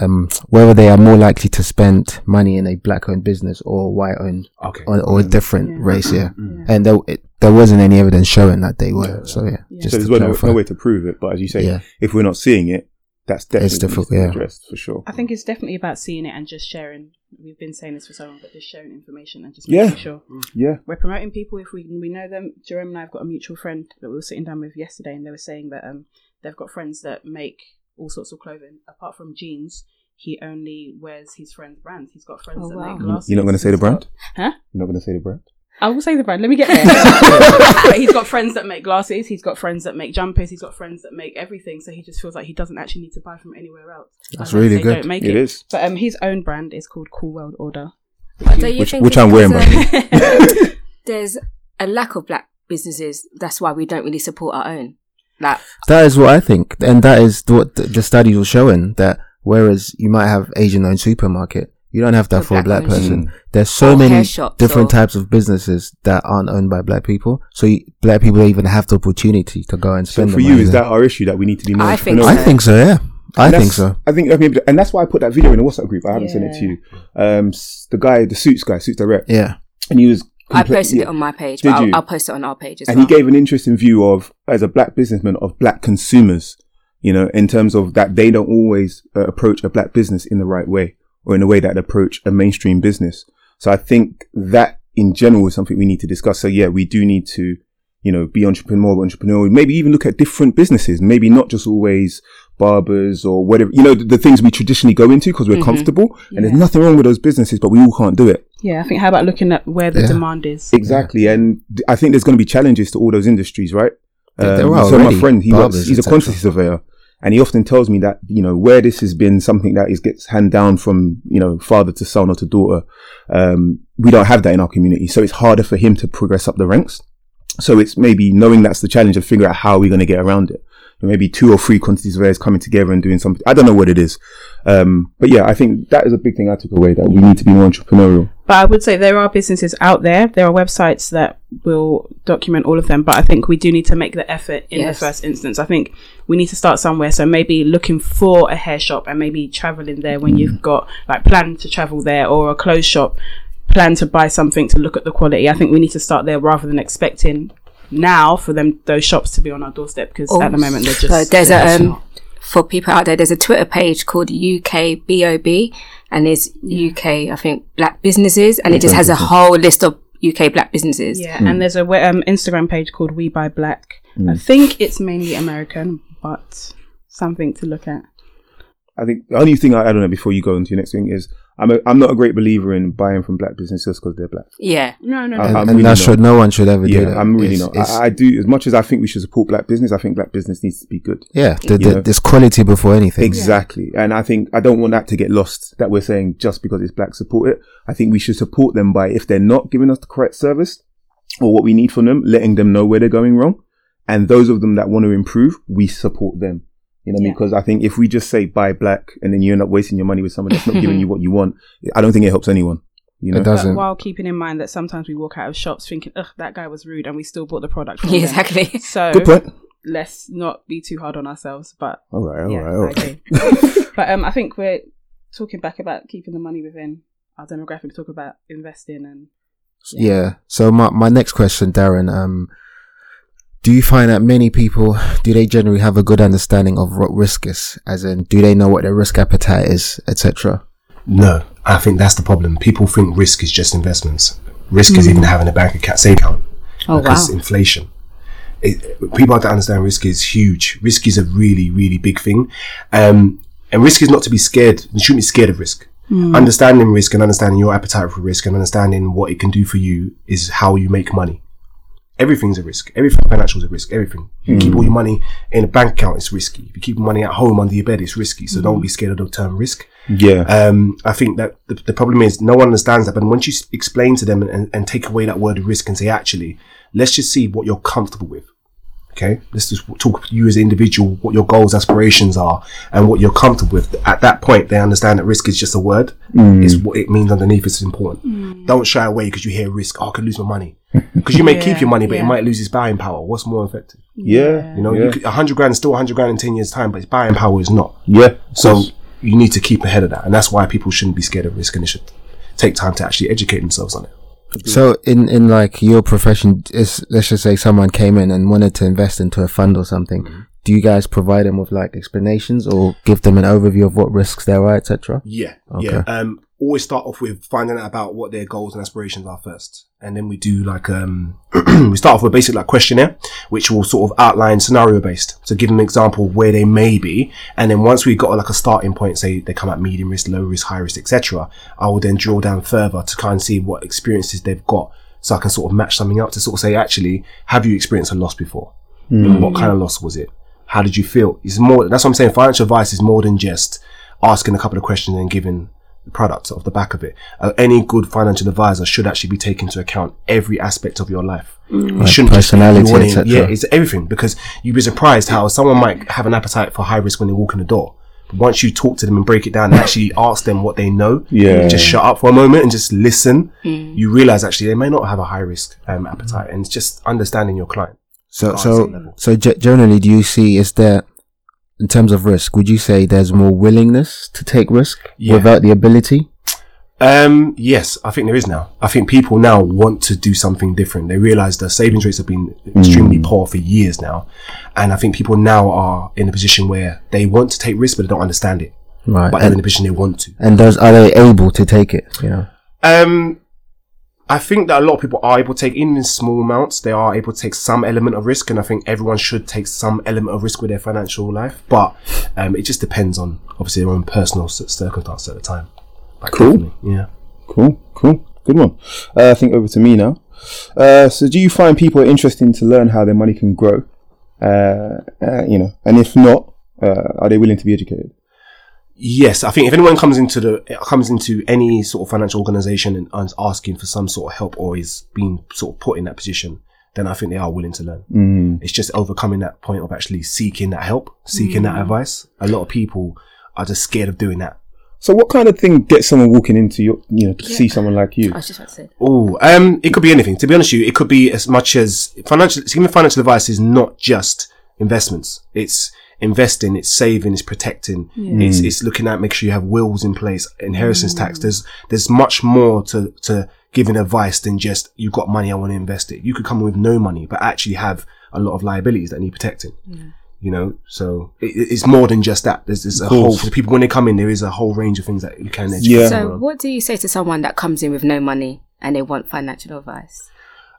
Speaker 3: um whether they are more likely to spend money in a black owned business or white owned
Speaker 5: Okay.
Speaker 3: or, or a different
Speaker 2: Yeah. Mm-hmm.
Speaker 3: race, yeah. And there it, there wasn't any evidence showing that they were. So yeah,
Speaker 1: So
Speaker 3: just to
Speaker 1: there's well, no,
Speaker 3: clarify.
Speaker 1: no way to prove it, but as you say,
Speaker 3: Yeah.
Speaker 1: if we're not seeing it, that's definitely needs
Speaker 3: difficult,
Speaker 1: to be
Speaker 3: yeah.
Speaker 1: addressed for sure.
Speaker 2: I think it's definitely about seeing it and just sharing. We've been saying this for so long, but just sharing information and just
Speaker 1: Yeah.
Speaker 2: making sure
Speaker 1: Yeah,
Speaker 2: we're promoting people if we we know them. Jerome and I have got a mutual friend that we were sitting down with yesterday, and they were saying that um they've got friends that make all sorts of clothing apart from jeans. He only wears his friend's brands. He's got friends
Speaker 4: Oh,
Speaker 2: that
Speaker 4: wow.
Speaker 2: make glasses.
Speaker 1: you're not going to say the
Speaker 2: He's
Speaker 1: brand.
Speaker 2: got- Huh?
Speaker 1: You're not going to say the brand.
Speaker 2: I will say the brand. Let <laughs> me get there. but he's got friends that make glasses. He's got friends that make jumpers. He's got friends that make everything. So he just feels like he doesn't actually need to buy from anywhere else. Unless
Speaker 3: That's really
Speaker 2: they
Speaker 3: good.
Speaker 2: Don't make
Speaker 1: It
Speaker 2: it
Speaker 1: is.
Speaker 2: But um, his own brand is called Cool World Order.
Speaker 4: But do you
Speaker 1: Which-
Speaker 4: think
Speaker 1: which
Speaker 4: it's
Speaker 1: I'm wearing, by <laughs>
Speaker 4: because, <laughs> um, There's a lack of black businesses. That's why we don't really support our own. Like,
Speaker 3: That is what I think, and that is th- what th- the studies were showing. That whereas you might have Asian-owned supermarket, you don't have that
Speaker 4: For
Speaker 3: for a black
Speaker 4: black owners.
Speaker 3: person. There's so
Speaker 4: Or
Speaker 3: many
Speaker 4: hair shops
Speaker 3: different
Speaker 4: or-
Speaker 3: types of businesses that aren't owned by black people. So you, black people don't even have the opportunity to go and
Speaker 1: So
Speaker 3: spend.
Speaker 1: for
Speaker 3: the
Speaker 1: you,
Speaker 3: money
Speaker 1: is
Speaker 3: there.
Speaker 1: that our issue that we need to be more?
Speaker 4: I think
Speaker 1: entrepreneurial?
Speaker 3: I
Speaker 4: so.
Speaker 3: think so. Yeah, I
Speaker 1: And
Speaker 3: think
Speaker 1: that's-
Speaker 3: so.
Speaker 1: I think that's maybe, and that's why I put that video in the WhatsApp group. I haven't sent it to you. Um, s- the guy, the suits guy, suits direct,
Speaker 3: Yeah,
Speaker 1: and he was.
Speaker 4: I
Speaker 1: compla-
Speaker 4: posted
Speaker 1: yeah.
Speaker 4: it on my page,
Speaker 1: Did
Speaker 4: but
Speaker 1: you?
Speaker 4: I'll, I'll post it on our page as
Speaker 1: and
Speaker 4: well.
Speaker 1: he gave an interesting view of as a black businessman of black consumers you know in terms of that they don't always uh, approach a black business in the right way or in a way that approach a mainstream business so i think that in general is something we need to discuss so yeah we do need to you know be entrepreneur entrepreneurial maybe even look at different businesses maybe not just always barbers or whatever you know the, the things we traditionally go into because we're comfortable and there's nothing wrong with those businesses but we all can't do it
Speaker 2: Yeah, I think how about looking at where the demand is?
Speaker 1: Exactly, and th- I think there's going to be challenges to all those industries, right? Um,
Speaker 3: There- there are
Speaker 1: so my
Speaker 3: already
Speaker 1: friend, he works,
Speaker 3: barbers,
Speaker 1: he's a
Speaker 3: etc.
Speaker 1: quantity surveyor, and he often tells me that you know where this has been something that is gets hand down from you know father to son or to daughter. Um, we don't have that in our community, so it's harder for him to progress up the ranks. So it's maybe knowing that's the challenge of figuring out how we're going to get around it. Maybe two or three quantities of airs coming together and doing something. I don't know what it is. Um, but yeah, I think that is a big thing I took away that we need to be more entrepreneurial.
Speaker 2: But I would say there are businesses out there. There are websites that will document all of them. But I think we do need to make the effort in
Speaker 4: Yes.
Speaker 2: the first instance. I think we need to start somewhere. So maybe looking for a hair shop and maybe traveling there when you've got like plan to travel there or a clothes shop, plan to buy something to look at the quality. I think we need to start there rather than expecting now for them those shops to be on our doorstep because at the moment they're just
Speaker 4: Oh, So there's
Speaker 2: they're
Speaker 4: a
Speaker 2: just
Speaker 4: um,
Speaker 2: not.
Speaker 4: for people out there. There's a Twitter page called UKBOB, and it's UK I think black businesses, and it just has a whole list of UK black businesses.
Speaker 2: yeah
Speaker 1: Mm.
Speaker 2: and there's a we- um, Instagram page called We Buy Black. I think it's mainly American, but something to look at.
Speaker 1: I think the only thing I, I don't know before you go into your next thing is I'm a, I'm not a great believer in buying from black businesses because they're black.
Speaker 4: Yeah, <laughs>
Speaker 2: No, no, no.
Speaker 1: I'm
Speaker 3: and, and
Speaker 1: really
Speaker 3: that
Speaker 1: not.
Speaker 3: should no one should ever do
Speaker 1: Yeah,
Speaker 3: that.
Speaker 1: I'm really
Speaker 3: It's-
Speaker 1: not.
Speaker 3: it's-
Speaker 1: I, I do as much as I think we should support black business. I think black business needs to be good.
Speaker 3: yeah, the,
Speaker 1: you
Speaker 3: the,
Speaker 1: know.
Speaker 3: there's quality before anything.
Speaker 1: Exactly, and I think I don't want that to get lost. That we're saying just because it's black, support it. I think we should support them by if they're not giving us the correct service or what we need from them, letting them know where they're going wrong, and those of them that want to improve, we support them. You know, what I mean?
Speaker 2: Yeah.
Speaker 1: because I think if we just say buy black and then you end up wasting your money with someone that's not giving you what you want, I don't think it helps anyone. You know,
Speaker 3: It
Speaker 2: But
Speaker 3: doesn't.
Speaker 2: while keeping in mind that sometimes we walk out of shops thinking, ugh, that guy was rude, and we still bought the product. From
Speaker 4: yeah,
Speaker 2: them.
Speaker 4: exactly.
Speaker 2: So
Speaker 1: good point.
Speaker 2: let's not be too hard on ourselves. But
Speaker 1: All right, all
Speaker 2: yeah,
Speaker 1: right, all
Speaker 2: I
Speaker 1: right. <laughs>
Speaker 2: agree. but um, I think we're talking back about keeping the money within our demographic. We talk about investing and
Speaker 3: Yeah. So my, my next question, Darren, um, do you find that many people do they generally have a good understanding of what risk is, as in do they know what their risk appetite is, etc.
Speaker 5: No, I think that's the problem. People think risk is just investments. Risk is even having a bank account, saving account.
Speaker 4: Mm. Oh wow.
Speaker 5: because inflation. It, people have to understand risk is huge. Risk is a really, really big thing. Um, and risk is not to be scared. You shouldn't be scared of risk.
Speaker 4: Mm.
Speaker 5: Understanding risk and understanding your appetite for risk and understanding what it can do for you is how you make money. Everything's a risk. Everything financial is a risk. Everything. You keep
Speaker 4: Mm.
Speaker 5: all your money in a bank account, it's risky. If you keep money at home under your bed, it's risky. So
Speaker 4: Mm.
Speaker 5: don't be scared of the term risk.
Speaker 1: Yeah,
Speaker 5: Um, I think that the, the problem is no one understands that. But once you s- explain to them and- and, and take away that word risk and say, actually, let's just see what you're comfortable with. Okay, let's just talk to you as an individual, what your goals, aspirations are, and what you're comfortable with. At that point, they understand that risk is just a word. It's what it means underneath. It's important.
Speaker 2: Mm.
Speaker 5: Don't shy away because you hear risk. Oh, I could lose my money. Because you may keep
Speaker 2: Yeah,
Speaker 5: your money, but
Speaker 2: yeah.
Speaker 5: it might lose its buying power. What's more effective?
Speaker 1: yeah,
Speaker 5: You know, you
Speaker 1: yeah,
Speaker 5: could, 100 grand is still 100 grand in 10 years' time, but its buying power is not.
Speaker 1: yeah.
Speaker 5: So you need to keep ahead of that, and that's why people shouldn't be scared of risk, and they should take time to actually educate themselves on it.
Speaker 3: So in in like your profession, is let's just say someone came in and wanted to invest into a fund or something.
Speaker 5: Mm-hmm.
Speaker 3: Do you guys provide them with like explanations or give them an overview of what risks there are, etc.?
Speaker 5: Yeah,
Speaker 3: Okay.
Speaker 5: yeah. Um, always start off with finding out about what their goals and aspirations are first, and then we do like um, <clears throat> we start off with basically like questionnaire, which will sort of outline scenario based. So give them an example of where they may be, and then once we got like a starting point, say they come at medium risk, low risk, high risk, etc. I will then drill down further to kind of see what experiences they've got, so I can sort of match something up to sort of say, actually, have you experienced a loss before? And what kind of loss was it? How did you feel? It's more. That's what I'm saying. Financial advice is more than just asking a couple of questions and giving the product off the back of it. Uh, any good financial advisor should actually be taking into account every aspect of your life. It shouldn't just be
Speaker 3: personality,
Speaker 5: you wanting-
Speaker 3: et cetera.
Speaker 5: Yeah, it's everything because you'd be surprised how someone might have an appetite for high risk when they walk in the door. But once you talk to them and break it down and actually ask them what they know,
Speaker 1: Yeah.
Speaker 5: just shut up for a moment and just listen, you realize actually they may not have a high risk um, appetite. And it's just understanding your client.
Speaker 3: So,
Speaker 5: Guys,
Speaker 3: so,
Speaker 5: level.
Speaker 3: so ge- generally, do you see is there, in terms of risk, would you say there's more willingness to take risk
Speaker 5: Yeah.
Speaker 3: without the ability?
Speaker 5: Um, yes, I think there is now. I think people now want to do something different. They realize the savings rates have been extremely
Speaker 3: Mm.
Speaker 5: poor for years now. And I think people now are in a position where they want to take risks, but they don't understand it.
Speaker 3: Right.
Speaker 5: But they're in
Speaker 3: And,
Speaker 5: a position they want to.
Speaker 3: and those are they able to take it? You know.
Speaker 5: Um, I think that a lot of people are able to take, even in small amounts, they are able to take some element of risk, and I think everyone should take some element of risk with their financial life. But um, it just depends on obviously their own personal c- circumstances at the time. Like,
Speaker 1: Cool.
Speaker 5: definitely, Yeah.
Speaker 1: Cool, cool, good one. Uh, I think over to me now. Uh, so, do you find people are interested to learn how their money can grow? Uh, uh, you know, and if not, uh, are they willing to be educated?
Speaker 5: Yes, I think if anyone comes into the comes into any sort of financial organization and, and is asking for some sort of help or is being sort of put in that position, then I think they are willing to learn. It's just overcoming that point of actually seeking that help, seeking that advice. A lot of people are just scared of doing that.
Speaker 1: So, what kind of thing gets someone walking into your, you know, to see someone like you?
Speaker 4: I was just about to say.
Speaker 5: Oh, um, it could be anything. To be honest with you, it could be as much as financial. Giving financial advice is not just investments. It's investing, it's saving, it's protecting, it's it's looking at make sure you have wills in place, inheritance tax.
Speaker 1: Mm.
Speaker 5: There's there's much more to to giving advice than just you've got money, I want to invest it. You could come with no money, but actually have a lot of liabilities that need protecting. You know, so it, it- it's more than just that. There's, there's a whole
Speaker 1: course.
Speaker 5: for people when they come in. There is a whole range of things that you can educate.
Speaker 1: Yeah.
Speaker 5: them
Speaker 4: So,
Speaker 5: on.
Speaker 4: what do you say to someone that comes in with no money and they want financial advice?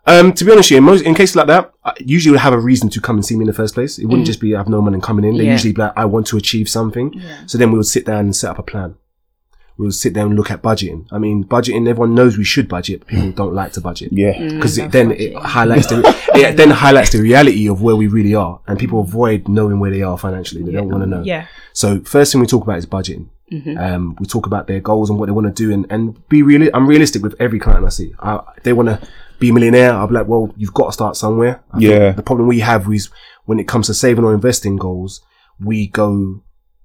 Speaker 5: Um, to be honest, with you, in most in cases like that, I usually would have a reason to come and see me in the first place. It wouldn't
Speaker 2: Mm.
Speaker 5: just be I have no money coming in. They
Speaker 4: Yeah.
Speaker 5: usually be like, I want to achieve something. So then we would sit down and set up a plan. We would sit down and look at budgeting. I mean, budgeting. Everyone knows we should budget, but people don't like to budget
Speaker 1: Yeah.
Speaker 2: Mm,
Speaker 5: because it, then it highlights the
Speaker 2: <laughs>
Speaker 5: it then highlights the reality of where we really are, and people avoid knowing where they are financially. They don't want to know.
Speaker 2: Yeah.
Speaker 5: So first thing we talk about is budgeting. Um, we talk about their goals and what they want to do, and, and be real. I'm realistic with every client I see. I, they want to be a millionaire. I'll be like, well, you've got to start somewhere. I think
Speaker 1: Yeah.
Speaker 5: The problem we have is when it comes to saving or investing goals, we go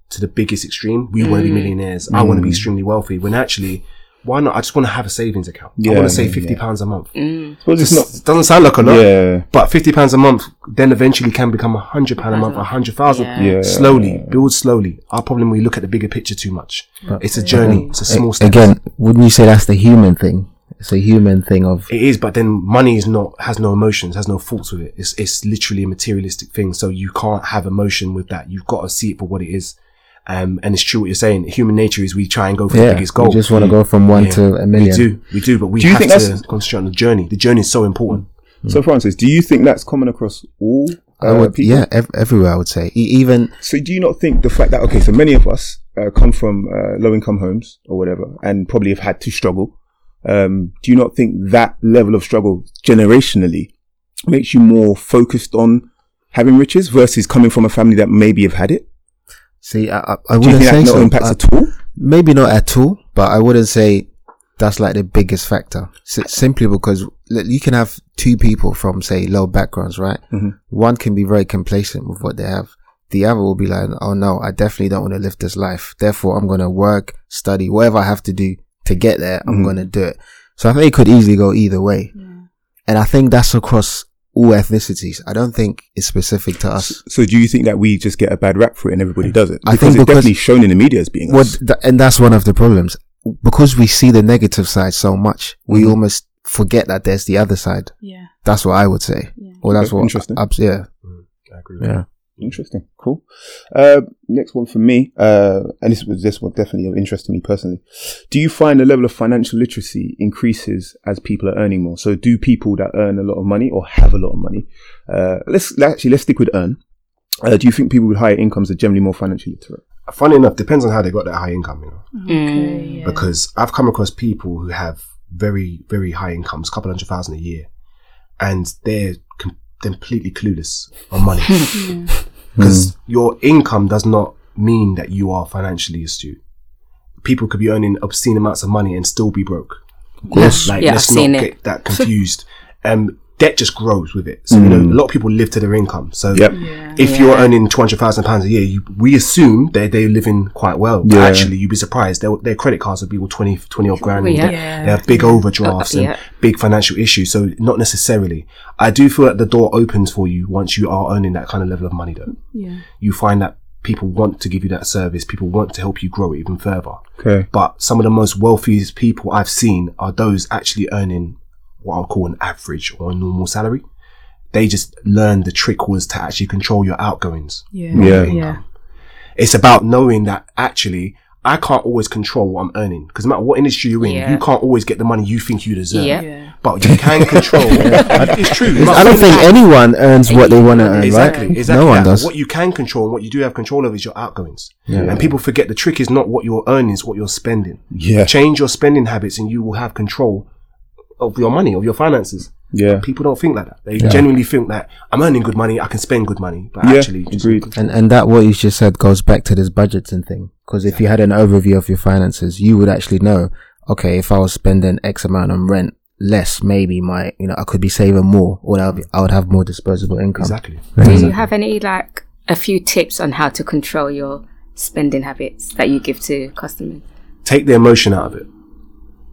Speaker 5: to the biggest extreme. We want to be millionaires. I
Speaker 1: Mm.
Speaker 5: want to be extremely wealthy. When actually, why not? I just want to have a savings account. I
Speaker 1: Yeah,
Speaker 5: want to save
Speaker 1: yeah,
Speaker 5: fifty pounds a month.
Speaker 1: Suppose it's not.
Speaker 5: It doesn't sound like <laughs> a lot.
Speaker 1: Yeah.
Speaker 5: But fifty pounds a month then eventually can become a hundred pound a month, a hundred thousand.
Speaker 1: Yeah.
Speaker 5: Slowly, build slowly. Our problem we look at the bigger picture too much. It's a journey. It's a small step.
Speaker 3: Again, wouldn't you say that's the human thing? It's a human thing of
Speaker 5: It is, but then money is not has no emotions, has no thoughts with it. It's it's literally a materialistic thing. So you can't have emotion with that. You've got to see it for what it is. Um, and it's true what you're saying. Human nature is we try and go for the
Speaker 3: yeah,
Speaker 5: biggest goal.
Speaker 3: you just want to go from one
Speaker 5: Yeah.
Speaker 3: to
Speaker 5: we
Speaker 3: a million.
Speaker 5: do, we do, but we
Speaker 1: Do you
Speaker 5: have
Speaker 1: think
Speaker 5: to
Speaker 1: that's-
Speaker 5: concentrate on the journey. The journey is so important.
Speaker 1: So, Francis, do you think that's common across all uh,
Speaker 3: I would,
Speaker 1: people?
Speaker 3: yeah, ev- everywhere I would say. E- even
Speaker 1: So, do you not think the fact that okay, so many of us uh, come from uh, low-income homes or whatever, and probably have had to struggle? Um, do you not think that level of struggle generationally makes you more focused on having riches versus coming from a family that maybe have had it?
Speaker 3: see, I, I,
Speaker 1: Do
Speaker 3: I
Speaker 1: you
Speaker 3: wouldn't
Speaker 1: think that not
Speaker 3: say so. Uh,
Speaker 1: impacts
Speaker 3: I-
Speaker 1: at all?
Speaker 3: maybe not at all, but I wouldn't say that's like the biggest factor. S- simply because li- you can have two people from say low backgrounds, right? One can be very complacent with what they have. The other will be like, oh no, I definitely don't want to live this life. Therefore, I'm going to work, study, whatever I have to do to get there, I'm going to do it. So I think it could easily go either way. And I think that's across all ethnicities. I don't think it's specific to us.
Speaker 1: So, do you think that we just get a bad rap for it and everybody does it?
Speaker 3: I
Speaker 1: Because
Speaker 3: think
Speaker 1: it's
Speaker 3: because-
Speaker 1: definitely shown in the media as being
Speaker 3: Well,
Speaker 1: us.
Speaker 3: th- and that's one of the problems because we see the negative side so much. We
Speaker 5: Mm-hmm.
Speaker 1: Mhm.
Speaker 3: almost forget that there's the other side.
Speaker 2: Yeah.
Speaker 3: That's what I would say.
Speaker 2: Yeah.
Speaker 3: Well, that's
Speaker 1: Okay,
Speaker 3: what.
Speaker 1: interesting.
Speaker 3: abs- yeah,
Speaker 5: I agree.
Speaker 3: yeah.
Speaker 1: Interesting. Cool. Uh, next one for me, uh, and this was this one definitely of interest to me personally. Do you find the level of financial literacy increases as people are earning more? So, do people that earn a lot of money or have a lot of money? Uh, let's actually let's stick with earn. Uh, do you think people with higher incomes are generally more financially literate?
Speaker 5: Funny enough, depends on how they got that high income. You know.
Speaker 4: Mm.
Speaker 2: Okay. Yeah.
Speaker 5: because I've come across people who have very, very high incomes, couple hundred thousand a year, and they're com- completely clueless on money
Speaker 4: <laughs>
Speaker 5: <laughs> because your income does not mean that you are financially astute. People could be earning obscene amounts of money and still be broke. Of
Speaker 4: course. Yeah,
Speaker 5: let's
Speaker 4: I've seen
Speaker 5: not
Speaker 4: it.
Speaker 5: get
Speaker 4: <laughs>
Speaker 5: that confused. um, debt just grows with it. So you know, a lot of people live to their income. So
Speaker 1: Yep.
Speaker 5: if you're earning two hundred thousand pounds a year, you, we assume that they're living quite well. But
Speaker 1: Yeah.
Speaker 5: Actually, you'd be surprised. Their, their credit cards would be all 20, 20 odd grand.
Speaker 4: Yeah.
Speaker 5: They have big overdrafts
Speaker 4: Oh,
Speaker 5: and
Speaker 4: yeah.
Speaker 5: big financial issues. So not necessarily. I do feel that the door opens for you once you are earning that kind of level of money, though.
Speaker 2: Yeah.
Speaker 5: You find that people want to give you that service. People want to help you grow it even further.
Speaker 1: Okay.
Speaker 5: But some of the most wealthiest people I've seen are those actually earning what I'll call an average or a normal salary. They just learn the trick was to actually control your outgoings
Speaker 2: Yeah.
Speaker 1: Yeah.
Speaker 2: Yeah.
Speaker 5: it's about knowing that actually I can't always control what I'm earning because no matter what industry you're in,
Speaker 4: Yeah.
Speaker 5: you can't always get the money you think you deserve.
Speaker 4: Yeah.
Speaker 2: Yeah.
Speaker 5: But you can control. it's true. You must
Speaker 3: I don't
Speaker 5: think
Speaker 3: think anyone earns what they want to earn,
Speaker 5: Exactly.
Speaker 3: right?
Speaker 5: Exactly.
Speaker 3: No one
Speaker 5: that.
Speaker 3: does.
Speaker 5: What you can control and what you do have control over is your outgoings. And people forget the trick is not what you're earning, it's what you're spending.
Speaker 1: Yeah.
Speaker 5: Change your spending habits and you will have control of your money, of your finances.
Speaker 1: Yeah.
Speaker 5: People don't think like that. They genuinely think that I'm earning good money, I can spend good money. But
Speaker 1: Yeah.
Speaker 5: actually, just-
Speaker 1: Agreed.
Speaker 3: And and that what you just said goes back to this budgeting thing. Because if you had an overview of your finances, you would actually know. Okay, if I was spending X amount on rent, less, maybe my, you know, I could be saving more or I'll be, I would have more disposable income.
Speaker 5: Exactly.
Speaker 4: Do you have any like a few tips on how to control your spending habits that you give to customers?
Speaker 5: Take the emotion out of it.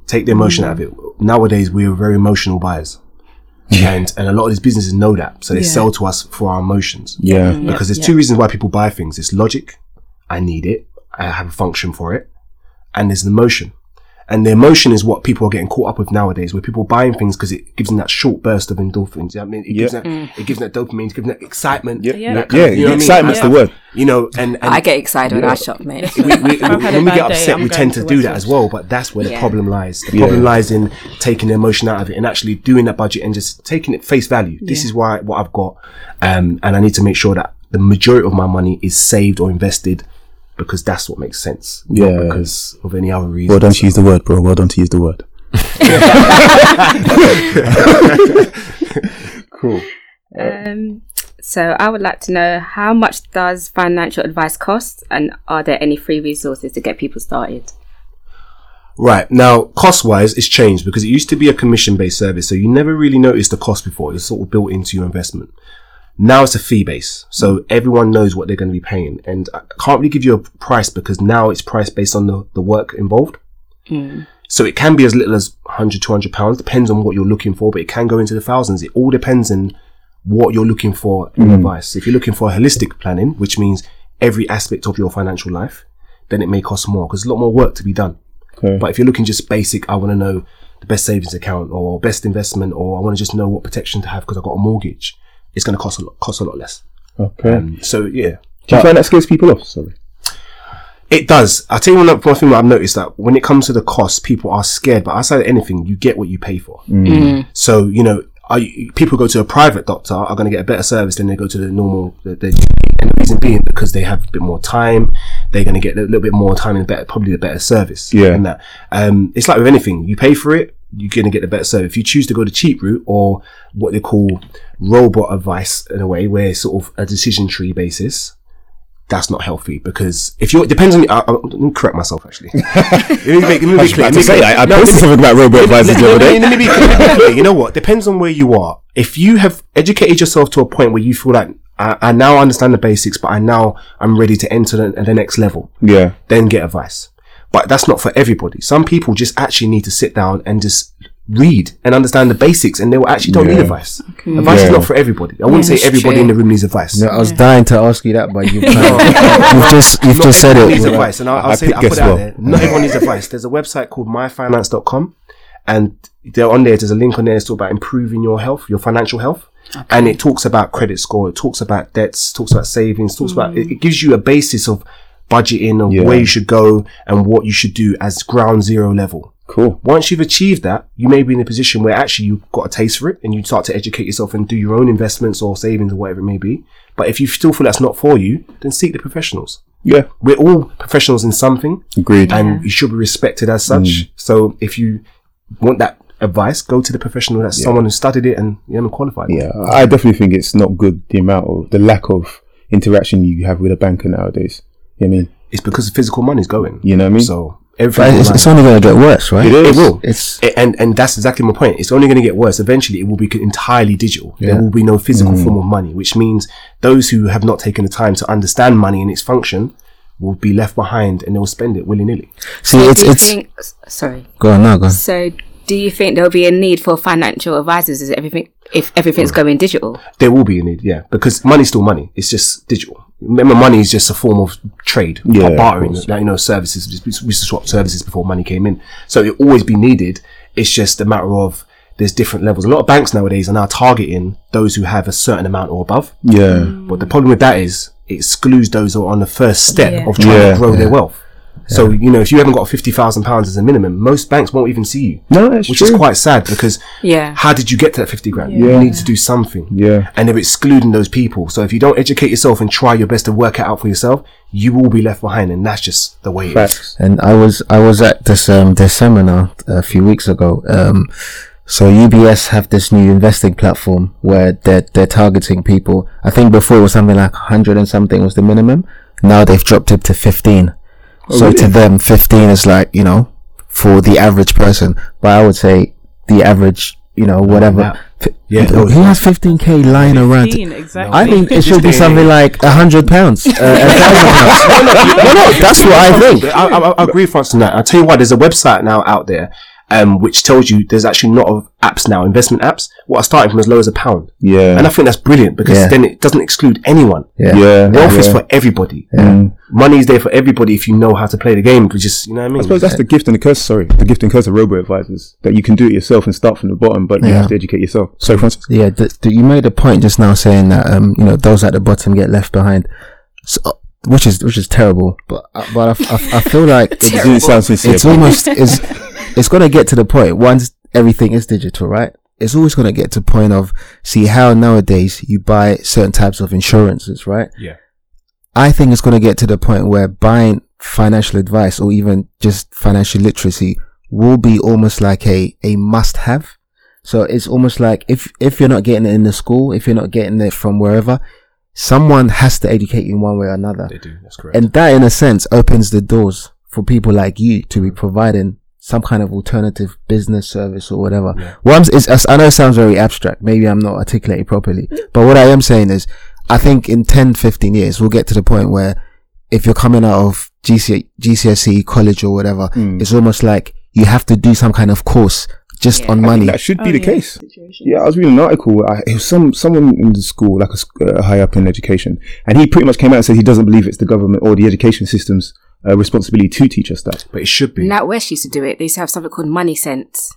Speaker 5: Take the emotion out of it. Nowadays, we are very emotional buyers. And, and a lot of these businesses know that. So they sell to us for our emotions.
Speaker 1: Yeah.
Speaker 5: because there's two reasons why people buy things it's logic i need it i have a function for it and there's an emotion and the emotion is what people are getting caught up with nowadays where people are buying things because it gives them that short burst of endorphins you know what i mean it, gives,
Speaker 1: Yeah.
Speaker 5: that, it gives them that dopamine it gives them that excitement
Speaker 1: Mm. Yeah.
Speaker 5: you know, that kind
Speaker 1: Yeah.
Speaker 5: of- you know what I mean?
Speaker 1: Excitement's the
Speaker 5: And-
Speaker 1: word.
Speaker 5: you know and, and
Speaker 4: I get excited when I shop, mate.
Speaker 5: we, we,
Speaker 2: I've had a
Speaker 5: when we
Speaker 2: bad
Speaker 5: get
Speaker 2: day,
Speaker 5: upset,
Speaker 2: I'm
Speaker 5: we
Speaker 2: going
Speaker 5: tend
Speaker 2: to
Speaker 5: to do that
Speaker 2: Westwood.
Speaker 5: as well. But that's where the
Speaker 4: Yeah.
Speaker 5: problem lies. The problem lies in taking the emotion out of it and actually doing that budget and just taking it face value. This is why what I've got, um, and I need to make sure that the majority of my money is saved or invested because that's what makes sense. not
Speaker 1: Yeah.
Speaker 5: because of any other reason.
Speaker 1: Well done to use the word, bro. Well done to use the word. cool.
Speaker 4: Um, so I would like to know how much does financial advice cost, and are there any free resources to get people started?
Speaker 5: Right now, cost wise, it's changed because it used to be a commission based service, so you never really noticed the cost before. It's sort of built into your investment. Now it's a fee base, so everyone knows what they're going to be paying, and I can't really give you a price because now it's priced based on the, the work involved. So it can be as little as 100, 200 pounds, depends on what you're looking for, but it can go into the thousands. It all depends on what you're looking for in advice. If you're looking for holistic planning, which means every aspect of your financial life, then it may cost more because there's a lot more work to be done. But if you're looking just basic, I want to know the best savings account or best investment, or I want to just know what protection to have because I've got a mortgage. It's going to cost a lot, cost a lot less.
Speaker 1: Okay.
Speaker 5: Um, so yeah,
Speaker 1: Do you find that scares people off? Sorry.
Speaker 5: it does. I tell you one, one thing that I've noticed that when it comes to the cost, people are scared. But outside of anything, you get what you pay for. So you know, are you, people go to a private doctor are going to get a better service than they go to the normal. The, the, and the reason being because they have a bit more time, they're going to get a little bit more time and better, probably the better service.
Speaker 1: Yeah.
Speaker 5: and that. Um, it's like with anything, you pay for it, you're going to get the better service. If you choose to go the cheap route or what they call robot advice in a way, where it's sort of a decision tree basis, that's not healthy because if you're it depends on. I, I, let me correct myself actually. <laughs> let me make, let me be clear. Let me
Speaker 1: say,
Speaker 5: be-
Speaker 1: I, I
Speaker 5: no,
Speaker 1: posted
Speaker 5: let me-
Speaker 1: something about robot advisors the
Speaker 5: no,
Speaker 1: other
Speaker 5: no,
Speaker 1: day.
Speaker 5: let me be <laughs> clear, let me be clear. You know what? Depends on where you are. If you have educated yourself to a point where you feel like I, I now understand the basics, but I now I'm ready to enter the, the next level,
Speaker 1: Yeah.
Speaker 5: then get advice. But that's not for everybody. Some people just actually need to sit down and just read and understand the basics, and they will actually don't need advice. Advice is
Speaker 1: Yeah.
Speaker 5: not for everybody. I wouldn't say
Speaker 4: that's
Speaker 5: everybody
Speaker 4: true.
Speaker 5: in the room needs advice.
Speaker 3: No, I was dying to ask you that, but
Speaker 5: <laughs>
Speaker 3: you've, you've just you've just said
Speaker 5: everyone
Speaker 3: it.
Speaker 5: needs
Speaker 3: You're like,
Speaker 5: advice, and I'll, I'll
Speaker 1: I
Speaker 5: say that,
Speaker 1: pick
Speaker 5: I'll put
Speaker 1: guess
Speaker 5: it out
Speaker 1: well.
Speaker 5: there. Not everyone needs advice. There's a website called myfinance.com, and they're on there. There's a link on there. It's talk about improving your health, your financial health, and it talks about credit score. It talks about debts. Talks about savings. Talks about. It, it gives you a basis of budgeting of where you should go and what you should do as ground zero level.
Speaker 1: Cool.
Speaker 5: Once you've achieved that, you may be in a position where actually you've got a taste for it and you start to educate yourself and do your own investments or savings or whatever it may be. But if you still feel that's not for you, then seek the professionals
Speaker 1: Yeah.
Speaker 5: we're all professionals in something
Speaker 1: Agreed. Mm.
Speaker 5: and you should be respected as such. So if you want that advice, go to the professional that's someone who studied it and you know, qualified.
Speaker 1: Yeah, I definitely think it's not good the amount of the lack of interaction you have with a banker nowadays. You know what I mean?
Speaker 5: It's because physical money's going.
Speaker 1: You know what I mean?
Speaker 5: So everything
Speaker 3: but
Speaker 1: <laughs>
Speaker 5: will
Speaker 3: it's,
Speaker 5: rise.
Speaker 3: it's only going to get worse, right?
Speaker 1: It is.
Speaker 5: It will.
Speaker 3: It's
Speaker 5: A- and and that's exactly my point. It's only going to get worse. Eventually, it will be entirely digital. There will be no physical
Speaker 1: Mm.
Speaker 5: form of money, which means those who have not taken the time to understand money and its function will be left behind, and they will spend it willy nilly.
Speaker 4: So
Speaker 3: see, it's
Speaker 4: do you
Speaker 3: it's
Speaker 4: think, s- sorry.
Speaker 3: go on now, go. On.
Speaker 4: So do you think there'll be a need for financial advisors? Is everything if everything's going digital?
Speaker 5: There will be a need, yeah, because money's still money. It's just digital. Remember, money is just a form of trade,
Speaker 1: Yeah,
Speaker 5: or
Speaker 1: of
Speaker 5: bartering. Like, you know, services. We used to- we used to swap services before money came in, so it always be needed. It's just a matter of there's different levels. A lot of banks nowadays are now targeting those who have a certain amount or above.
Speaker 1: yeah.
Speaker 5: But the problem with that is it excludes those who are on the first step
Speaker 2: Yeah.
Speaker 5: of trying
Speaker 1: Yeah,
Speaker 5: to grow their wealth. So you know, if you haven't got fifty thousand pounds as a minimum, most banks won't even see you,
Speaker 1: No, that's
Speaker 5: which
Speaker 1: true.
Speaker 5: is quite sad because
Speaker 4: Yeah.
Speaker 5: how did you get to that 50 grand?
Speaker 1: Yeah.
Speaker 5: You need to do something.
Speaker 1: Yeah.
Speaker 5: And they're excluding those people. So if you don't educate yourself and try your best to work it out for yourself, you will be left behind. And that's just the way it is.
Speaker 1: Facts.
Speaker 3: And I was I was at this um this seminar a few weeks ago. Um, so UBS have this new investing platform where they're they're targeting people. I think before it was something like hundred and something was the minimum. Now they've dropped it to fifteen.
Speaker 5: Oh,
Speaker 3: so to them, fifteen is like you know for the average person. But I would say the average, you know, whatever. F-
Speaker 5: Yeah,
Speaker 3: Who has 15k lying around?
Speaker 2: Dean, exactly.
Speaker 3: I think it should be something like a hundred pounds, uh, a thousand pounds. No, no, that's what I think.
Speaker 5: I, I, I agree with us on that. I tell you what, there's a website now out there um, which tells you there's actually a lot of apps now, investment apps, what are starting from as low as a pound.
Speaker 1: Yeah.
Speaker 5: And I think that's brilliant because
Speaker 3: Yeah.
Speaker 5: then it doesn't exclude anyone.
Speaker 3: Yeah.
Speaker 1: yeah.
Speaker 5: Wealth
Speaker 1: yeah.
Speaker 5: is for everybody. Money is there for everybody if you know how to play the game. Which is, you know what I mean?
Speaker 1: I suppose that's the gift and the curse. Sorry, the gift and curse of robo advisors that you can do it yourself and start from the bottom, but you
Speaker 3: Yeah.
Speaker 1: have to educate yourself. So, Francis,
Speaker 3: <laughs> Yeah, th- th- you made a point just now saying that um, you know those at the bottom get left behind, so, which is which is terrible. But uh, but I, f- I f- I feel <laughs> like
Speaker 1: it
Speaker 3: it's,
Speaker 1: didn't sound sincere.
Speaker 3: it's almost it's it's gonna get to the point once everything is digital, right? It's always gonna get to the point of see how nowadays you buy certain types of insurances, right?
Speaker 5: Yeah.
Speaker 3: I think it's going to get to the point where buying financial advice or even just financial literacy will be almost like a, a must have. So it's almost like if, if you're not getting it in the school, if you're not getting it from wherever, someone has to educate you in one way or another.
Speaker 5: They do. That's correct.
Speaker 3: And that in a sense opens the doors for people like you to be providing some kind of alternative business service or whatever. What I'm, s- is, is- I know it sounds very abstract. Maybe I'm not articulating properly, but what I am saying is I think in 10, 15 years, we'll get to the point where if you're coming out of GC, GCSE E college or whatever,
Speaker 5: Mm.
Speaker 3: it's almost like you have to do some kind of course just on money.
Speaker 1: that should be
Speaker 2: Oh,
Speaker 1: the
Speaker 2: yeah.
Speaker 1: case.
Speaker 2: Situation.
Speaker 1: Yeah, I was reading an article. I, it was some someone in the school, like a s- uh, high up in education, and he pretty much came out and said he doesn't believe it's the government or the education system's uh, responsibility to teach us that.
Speaker 5: but it should be.
Speaker 4: NatWest used to do it. They used to have something called Money Sense.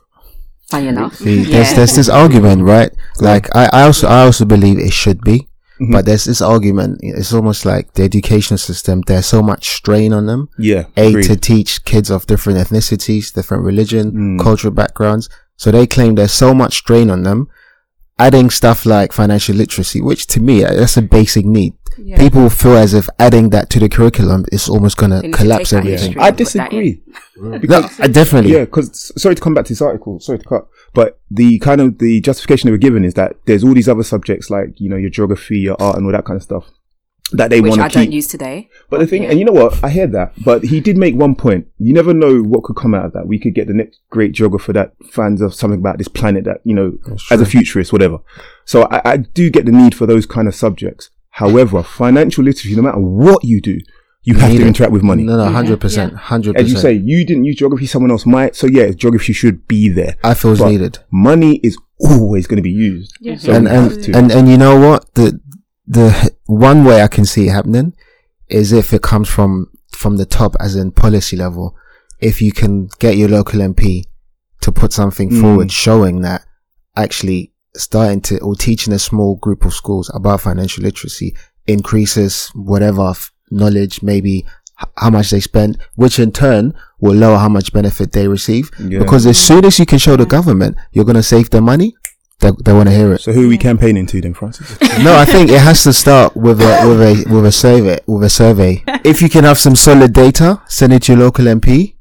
Speaker 4: Funny
Speaker 1: <laughs>
Speaker 4: enough.
Speaker 3: See, there's there's this argument, right? Like I, I also I also believe it should be,
Speaker 1: Mm-hmm.
Speaker 3: but there's this argument. It's almost like the education system. There's so much strain on them.
Speaker 1: Yeah,
Speaker 3: A
Speaker 1: agreed. Mm.
Speaker 3: to teach kids of different ethnicities, different religion, cultural backgrounds. So they claim there's so much strain on them. Adding stuff like financial literacy, which to me uh, that's a basic need. People feel as if adding that to the curriculum is almost gonna
Speaker 4: They need to
Speaker 3: collapse
Speaker 4: take that
Speaker 3: everything.
Speaker 4: history
Speaker 1: I
Speaker 4: and put that in.
Speaker 1: disagree.
Speaker 3: No, uh, definitely.
Speaker 1: Yeah, because sorry to come back to this article, sorry to cut, but the kind of the justification they were given is that there's all these other subjects like you know your geography, your art, and all that kind of stuff that they
Speaker 4: Which
Speaker 1: want
Speaker 4: I
Speaker 1: to keep.
Speaker 4: don't use today.
Speaker 1: but the thing, and you know what, I hear that, but he did make one point. You never know what could come out of that. We could get the next great geographer that fans of something about this planet that you know as a futurist, whatever. So I, I do get the need for those kind of subjects. However, financial literacy, no matter what you do, you have
Speaker 3: Need
Speaker 1: to
Speaker 3: it.
Speaker 1: interact with money.
Speaker 3: No, no, hundred percent, hundred
Speaker 1: As
Speaker 3: percent.
Speaker 1: you say, you didn't use geography, someone else might. So yeah, geography should be there.
Speaker 3: I feel it's
Speaker 1: But
Speaker 3: needed.
Speaker 1: Money is always going to be used. So
Speaker 3: and
Speaker 1: we have
Speaker 3: and,
Speaker 1: to.
Speaker 3: and and you know what the the one way I can see it happening is if it comes from from the top, as in policy level. If you can get your local MP to put something
Speaker 1: Mm.
Speaker 3: forward showing that actually starting to or teaching a small group of schools about financial literacy increases whatever f- knowledge maybe h- how much they spend which in turn will lower how much benefit they receive
Speaker 1: Yeah.
Speaker 3: because as soon as you can show the government you're going to save their money they, they want to hear it
Speaker 1: so who are we campaigning to then, <laughs> Francis?
Speaker 3: no, I think it has to start with a with a with a survey with
Speaker 2: <laughs>
Speaker 3: a survey. If you can have some solid data, send it to your local MP.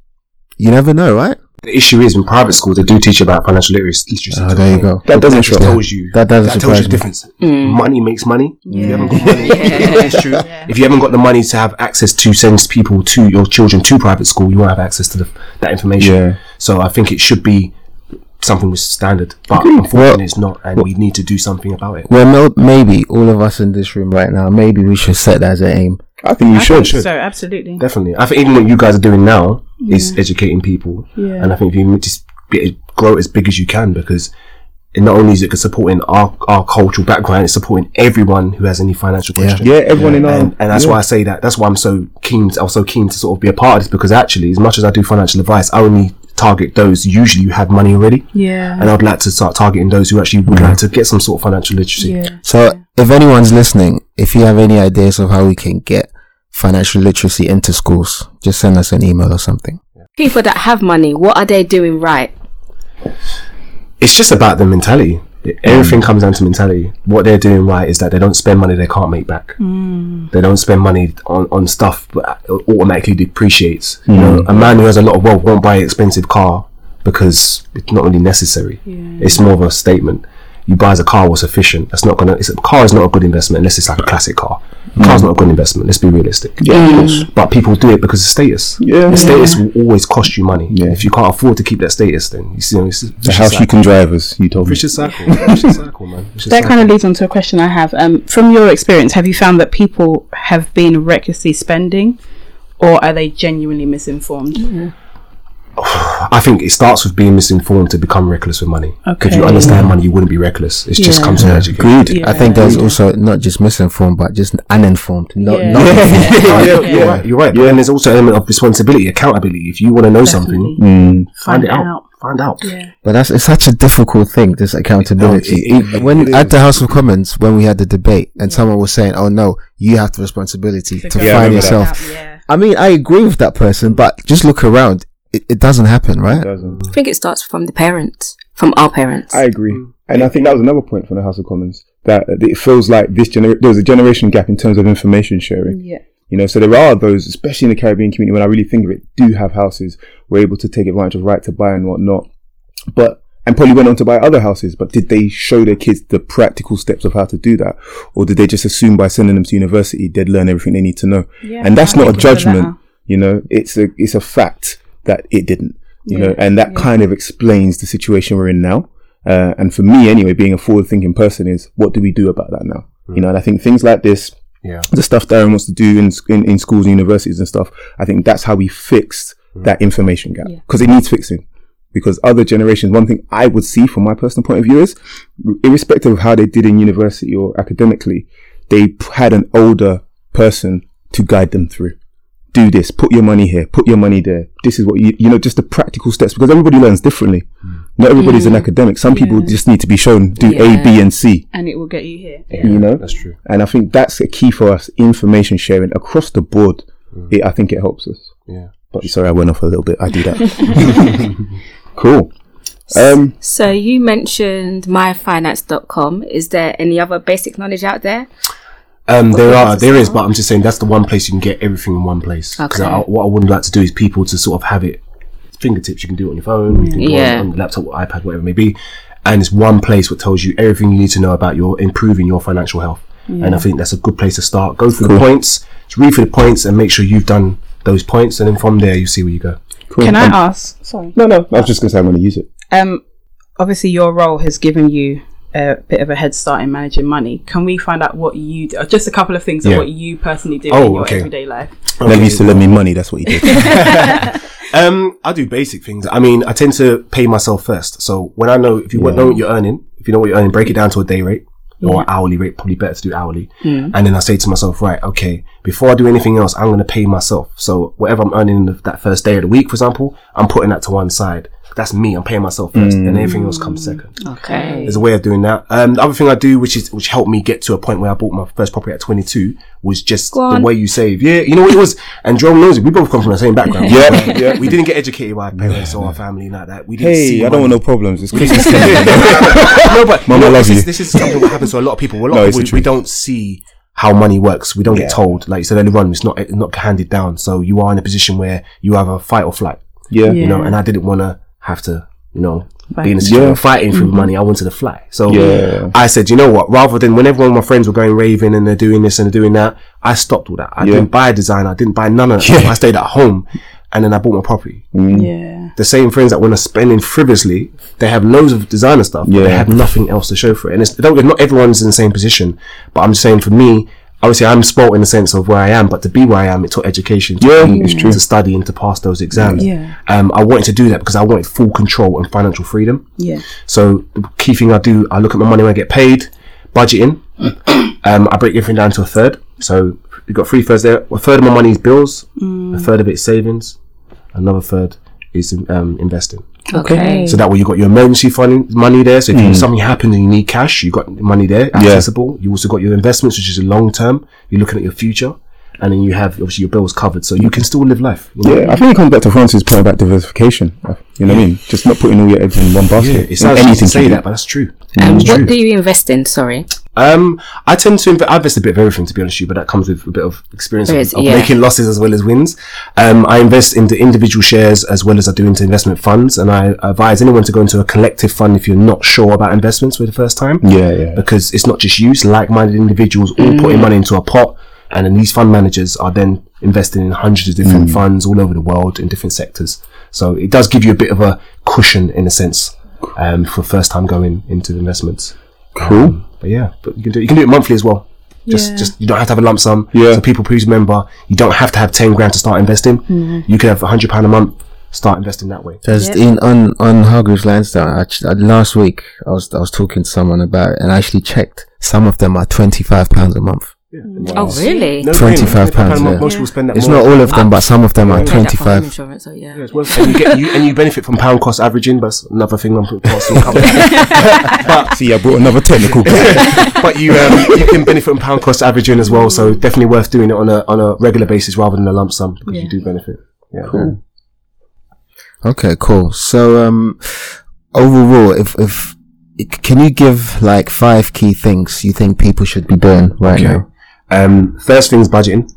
Speaker 3: You never know, right?
Speaker 5: the issue is in private schools, they do teach about financial literacy. literacy
Speaker 3: Oh, there you go.
Speaker 1: that doesn't
Speaker 5: That
Speaker 1: show.
Speaker 5: tells you.
Speaker 3: That doesn't
Speaker 5: tells you the
Speaker 3: surprise
Speaker 5: difference.
Speaker 3: me.
Speaker 2: Mm.
Speaker 5: Money makes money. You haven't got
Speaker 2: <laughs>
Speaker 5: money. It's true. If you haven't got the money to have access to send people to your children to private school, you won't have access to the, that information.
Speaker 1: Yeah.
Speaker 5: So I think it should be something which is standard, but unfortunately it's not, and we need to do something about it.
Speaker 3: Well, no, maybe all of us in this room right now, maybe we should set that as an aim.
Speaker 1: I think we
Speaker 2: I
Speaker 1: should.
Speaker 2: think So absolutely.
Speaker 5: Definitely, I think even what you guys are doing now is educating people,
Speaker 2: Yeah.
Speaker 5: and I think if you just be, grow it as big as you can because. it Not only is it supporting our, our cultural background, it's supporting everyone who has any financial question.
Speaker 1: Yeah, everyone in our
Speaker 5: and, and that's why I say that. That's why I'm so keen. To, I was so keen to sort of be a part of this because actually, as much as I do financial advice, I only target those usually who have money already,
Speaker 2: Yeah.
Speaker 5: and I'd like to start targeting those who actually would like to get some sort of financial literacy.
Speaker 2: Yeah.
Speaker 3: So, if anyone's listening, if you have any ideas of how we can get financial literacy into schools, just send us an email or something.
Speaker 4: People that have money, what are they doing right?
Speaker 5: It's just about the mentality. Everything comes down to mentality. What they're doing right is that they don't spend money they can't make back. They don't spend money on, on stuff that automatically depreciates.
Speaker 1: Mm.
Speaker 5: You know, a man who has a lot of wealth won't buy an expensive car because it's not really necessary. It's more of a statement. You buy as a car what's efficient. That's not gonna. It's, a car is not a good investment unless it's like a classic car. Car's not a good investment. Let's be realistic.
Speaker 1: Mm. Yeah, of course.
Speaker 5: But people do it because of status.
Speaker 1: Yeah.
Speaker 5: The status will always cost you money.
Speaker 1: Yeah.
Speaker 5: If you can't afford to keep that status, then you see, it's a
Speaker 1: The
Speaker 5: vicious
Speaker 1: house
Speaker 5: cycle.
Speaker 1: you can drive us, you told me.
Speaker 5: Vicious cycle. <laughs> Vicious cycle, man. Vicious
Speaker 2: That
Speaker 5: cycle.
Speaker 2: kind of leads on to a question I have. Um, from your experience, have you found that people have been recklessly spending, or are they genuinely misinformed?
Speaker 5: I think it starts with being misinformed to become reckless with money. If
Speaker 2: Okay.
Speaker 5: you understand money, you wouldn't be reckless. It just
Speaker 2: Yeah.
Speaker 5: comes from education.
Speaker 3: Greed.
Speaker 2: Yeah.
Speaker 3: I think there's also not just misinformed, but just uninformed. No,
Speaker 2: Yeah. <laughs>
Speaker 3: no.
Speaker 5: <laughs> Yeah, You're right. You're right. And there's also an element of responsibility, accountability. If you want to know something,
Speaker 1: Mm.
Speaker 5: find it out. Find out.
Speaker 3: But that's it's such a difficult thing. This accountability.
Speaker 5: No, it- it-
Speaker 3: when
Speaker 5: it
Speaker 3: at the House of Commons, when we had the debate, and someone was saying, "Oh no, you have the responsibility to
Speaker 1: Yeah, I
Speaker 3: find
Speaker 1: remember
Speaker 3: yourself."
Speaker 2: Yeah.
Speaker 3: I mean, I agree with that person, but just look around. It, it doesn't happen,
Speaker 1: <laughs>
Speaker 3: right?
Speaker 1: Doesn't.
Speaker 4: I think it starts from the parents, from our parents.
Speaker 1: I agree, and I think that was another point from the House of Commons that it feels like this gener- there was a generation gap in terms of information sharing.
Speaker 2: Yeah.
Speaker 1: You know, so there are those, especially in the Caribbean community, when I really think of it, do have houses, were able to take advantage of right to buy and whatnot, but and probably went on to buy other houses. But did they show their kids the practical steps of how to do that, or did they just assume by sending them to university they'd learn everything they need to know?
Speaker 2: Yeah,
Speaker 1: and that's
Speaker 2: I
Speaker 1: not a
Speaker 2: think it's the
Speaker 1: judgment.
Speaker 2: latter.
Speaker 1: You know, it's a it's a fact that it didn't. You know, and that kind of explains the situation we're in now. Uh, and for me, anyway, being a forward-thinking person is what do we do about that now? You know, and I think things like this
Speaker 5: Yeah.
Speaker 1: the stuff Darren wants to do in, in, in schools and universities and stuff, I think that's how we fixed that information gap because it needs fixing. Because other generations, one thing I would see from my personal point of view is, r- irrespective of how they did in university or academically, they p- had an older person to guide them through. Do this, put your money here, put your money there. This is what you, you know, just the practical steps because everybody learns differently. Not everybody's an academic. Some people just need to be shown do A, B, and C,
Speaker 2: And it will get you here.
Speaker 1: you know?
Speaker 5: That's true.
Speaker 1: And I think that's a key for us information sharing across the board. It, I think it helps us.
Speaker 5: Yeah.
Speaker 1: But sorry, I went off a little bit. I do that. <laughs> cool. Um,
Speaker 4: so you mentioned myfinance.com. Is there any other basic knowledge out there?
Speaker 5: Um, there are, there is, but I'm just saying that's the one place you can get everything in one place. Because
Speaker 4: Okay.
Speaker 5: what I wouldn't like to do is people to sort of have it fingertips. You can do it on your phone, you can do it
Speaker 4: Yeah.
Speaker 5: on, on the laptop, or iPad, whatever it may be, and it's one place that tells you everything you need to know about your improving your financial health. And I think that's a good place to start. Go through the points, just read through the points, and make sure you've done those points, and then from there you see where you go.
Speaker 1: cool.
Speaker 2: Can I
Speaker 1: Um,
Speaker 2: ask? Sorry.
Speaker 1: no, no. I was just going to say I'm going to use it.
Speaker 2: Um, obviously, your role has given you a bit of a head start in managing money. Can we find out what you do? Just a couple of things of
Speaker 5: Yeah.
Speaker 2: what you personally do
Speaker 5: Oh,
Speaker 2: in your
Speaker 5: okay.
Speaker 2: everyday life.
Speaker 1: Never used to lend me money. That's what he did.
Speaker 5: Um, I do basic things. I mean, I tend to pay myself first. So when I know if you know what you're earning, if you know what you're earning, break it down to a day rate or hourly rate. Probably better to do hourly.
Speaker 1: Mm.
Speaker 5: And then I say to myself, right, okay, before I do anything else, I'm going to pay myself. So whatever I'm earning th- that first day of the week, for example, I'm putting that to one side. That's me. I'm paying myself first,
Speaker 1: Mm.
Speaker 5: and everything else comes second.
Speaker 4: Okay.
Speaker 5: There's a way of doing that. Um, the other thing I do, which is which helped me get to a point where I bought my first property at 22, was just the
Speaker 4: on.
Speaker 5: way you save. Yeah, you know what it was. And Jerome knows it. We both come from the same
Speaker 1: <laughs>
Speaker 5: background.
Speaker 1: Yeah, yeah.
Speaker 5: We didn't get educated by our parents or our family and like that. We didn't
Speaker 1: <laughs>
Speaker 5: see.
Speaker 1: hey, I don't want
Speaker 5: money.
Speaker 1: no problems. It's
Speaker 5: <laughs>
Speaker 1: Christmas. <laughs>
Speaker 5: no, but
Speaker 1: Mum, I
Speaker 5: you know,
Speaker 1: love
Speaker 5: this,
Speaker 1: you.
Speaker 5: Is, this is something that happens to a lot of people. A lot
Speaker 1: No,
Speaker 5: of
Speaker 1: it's the
Speaker 5: people, we
Speaker 1: truth.
Speaker 5: don't see how money works. We don't get told. Like you said earlier on, it's not it's not handed down. So you are in a position where you have a fight or flight.
Speaker 1: yeah.
Speaker 5: You know,
Speaker 2: Yeah.
Speaker 5: and I didn't want to have to. You know, be in
Speaker 2: Fight. Mm-hmm.
Speaker 5: a situation
Speaker 1: Yeah.
Speaker 5: of fighting for money. I wanted to fly. So
Speaker 1: Yeah.
Speaker 5: I said, you know what? Rather than when everyone my friends were going raving and they're doing this and they're doing that, I stopped all that. I
Speaker 1: Yeah.
Speaker 5: didn't buy a designer. I didn't buy none of that. I stayed at home, and then I bought my property
Speaker 1: Mm.
Speaker 2: Yeah.
Speaker 5: the same friends that when are spending frivolously, they have loads of designer stuff, but they
Speaker 1: Yeah.
Speaker 5: have nothing else to show for it. And it's, don't, not everyone's in the same position, but I'm just saying for me, obviously I'm spoilt in the sense of where I am, but to be where I am, it took education to,
Speaker 1: Yeah,
Speaker 5: be-
Speaker 1: it's true.
Speaker 5: to study and to pass those exams.
Speaker 2: Yeah.
Speaker 5: Um, I wanted to do that because I wanted full control and financial freedom.
Speaker 2: Yeah.
Speaker 5: So the key thing I do, I look at my money when I get paid, budgeting. um, I break everything down to a third. So you've got three thirds there. A third of my money is bills. A third of it is savings. Another third is um, investing.
Speaker 4: Okay.
Speaker 5: So that way you've got your emergency fund money there. So if you something happens and you need cash, you've got money there accessible. You also got your investments, which is long term. You're looking at your future. And then you have obviously your bills covered. So you can still live life. you know?
Speaker 1: Yeah, I think it comes back to Francis' point about diversification. You know what I mean? Just not putting all your eggs in one basket.
Speaker 5: Yeah,
Speaker 1: in
Speaker 5: it sounds
Speaker 1: anything
Speaker 5: anything to
Speaker 1: you
Speaker 5: say
Speaker 1: do.
Speaker 5: that, but that's true.
Speaker 4: And
Speaker 5: It's true.
Speaker 4: what do you invest in? Sorry.
Speaker 5: Um, I tend to invest, I invest a bit of everything, to be honest with you, but that comes with a bit of experience of,
Speaker 4: Yes,
Speaker 5: of
Speaker 4: yeah.
Speaker 5: making losses as well as wins. Um, I invest into individual shares as well as I do into investment funds, and I advise anyone to go into a collective fund if you're not sure about investments for the first time.
Speaker 1: Yeah, Mm. yeah.
Speaker 5: Because it's not just you, it's like minded individuals all putting money into a pot. And then these fund managers are then investing in hundreds of
Speaker 1: Mm.
Speaker 5: different funds all over the world in different sectors. So it does give you a bit of a cushion in a sense um, for first time going into investments. Um,
Speaker 1: Cool.
Speaker 5: But yeah, but you can do you can do it monthly as well. Just
Speaker 2: Yeah.
Speaker 5: just you don't have to have a lump sum.
Speaker 1: Yeah.
Speaker 5: So people please remember you don't have to have ten grand to start investing. You can have a hundred pound a month, start investing that way.
Speaker 3: Because in on on Hargreaves Lansdowne, I, ch- uh, last week I was I was talking to someone about it, and I actually checked. Some of them are twenty five pounds a month.
Speaker 4: Oh, really?
Speaker 5: No, £25
Speaker 3: £25,
Speaker 5: a month,
Speaker 3: yeah.
Speaker 5: Most people spend that
Speaker 3: It's
Speaker 5: more.
Speaker 3: not all of them, but some of them are
Speaker 4: Paid that
Speaker 3: twenty
Speaker 4: for home
Speaker 3: five.
Speaker 4: Insurance, so yeah.
Speaker 5: Yeah, it's worth it. <laughs> and you get you, and you benefit from pound cost averaging. That's another thing I'm possibly <laughs> covering.
Speaker 1: See, I brought another
Speaker 3: <laughs>
Speaker 1: technical. guy.
Speaker 5: but you um, you can benefit from pound cost averaging as well. So definitely worth doing it on a on a regular basis rather than a lump sum because you do benefit. Yeah.
Speaker 3: Okay, cool. So um, overall, if if can you give like five key things you think people should be doing right
Speaker 5: Okay.
Speaker 3: now?
Speaker 5: Um, first thing is budgeting.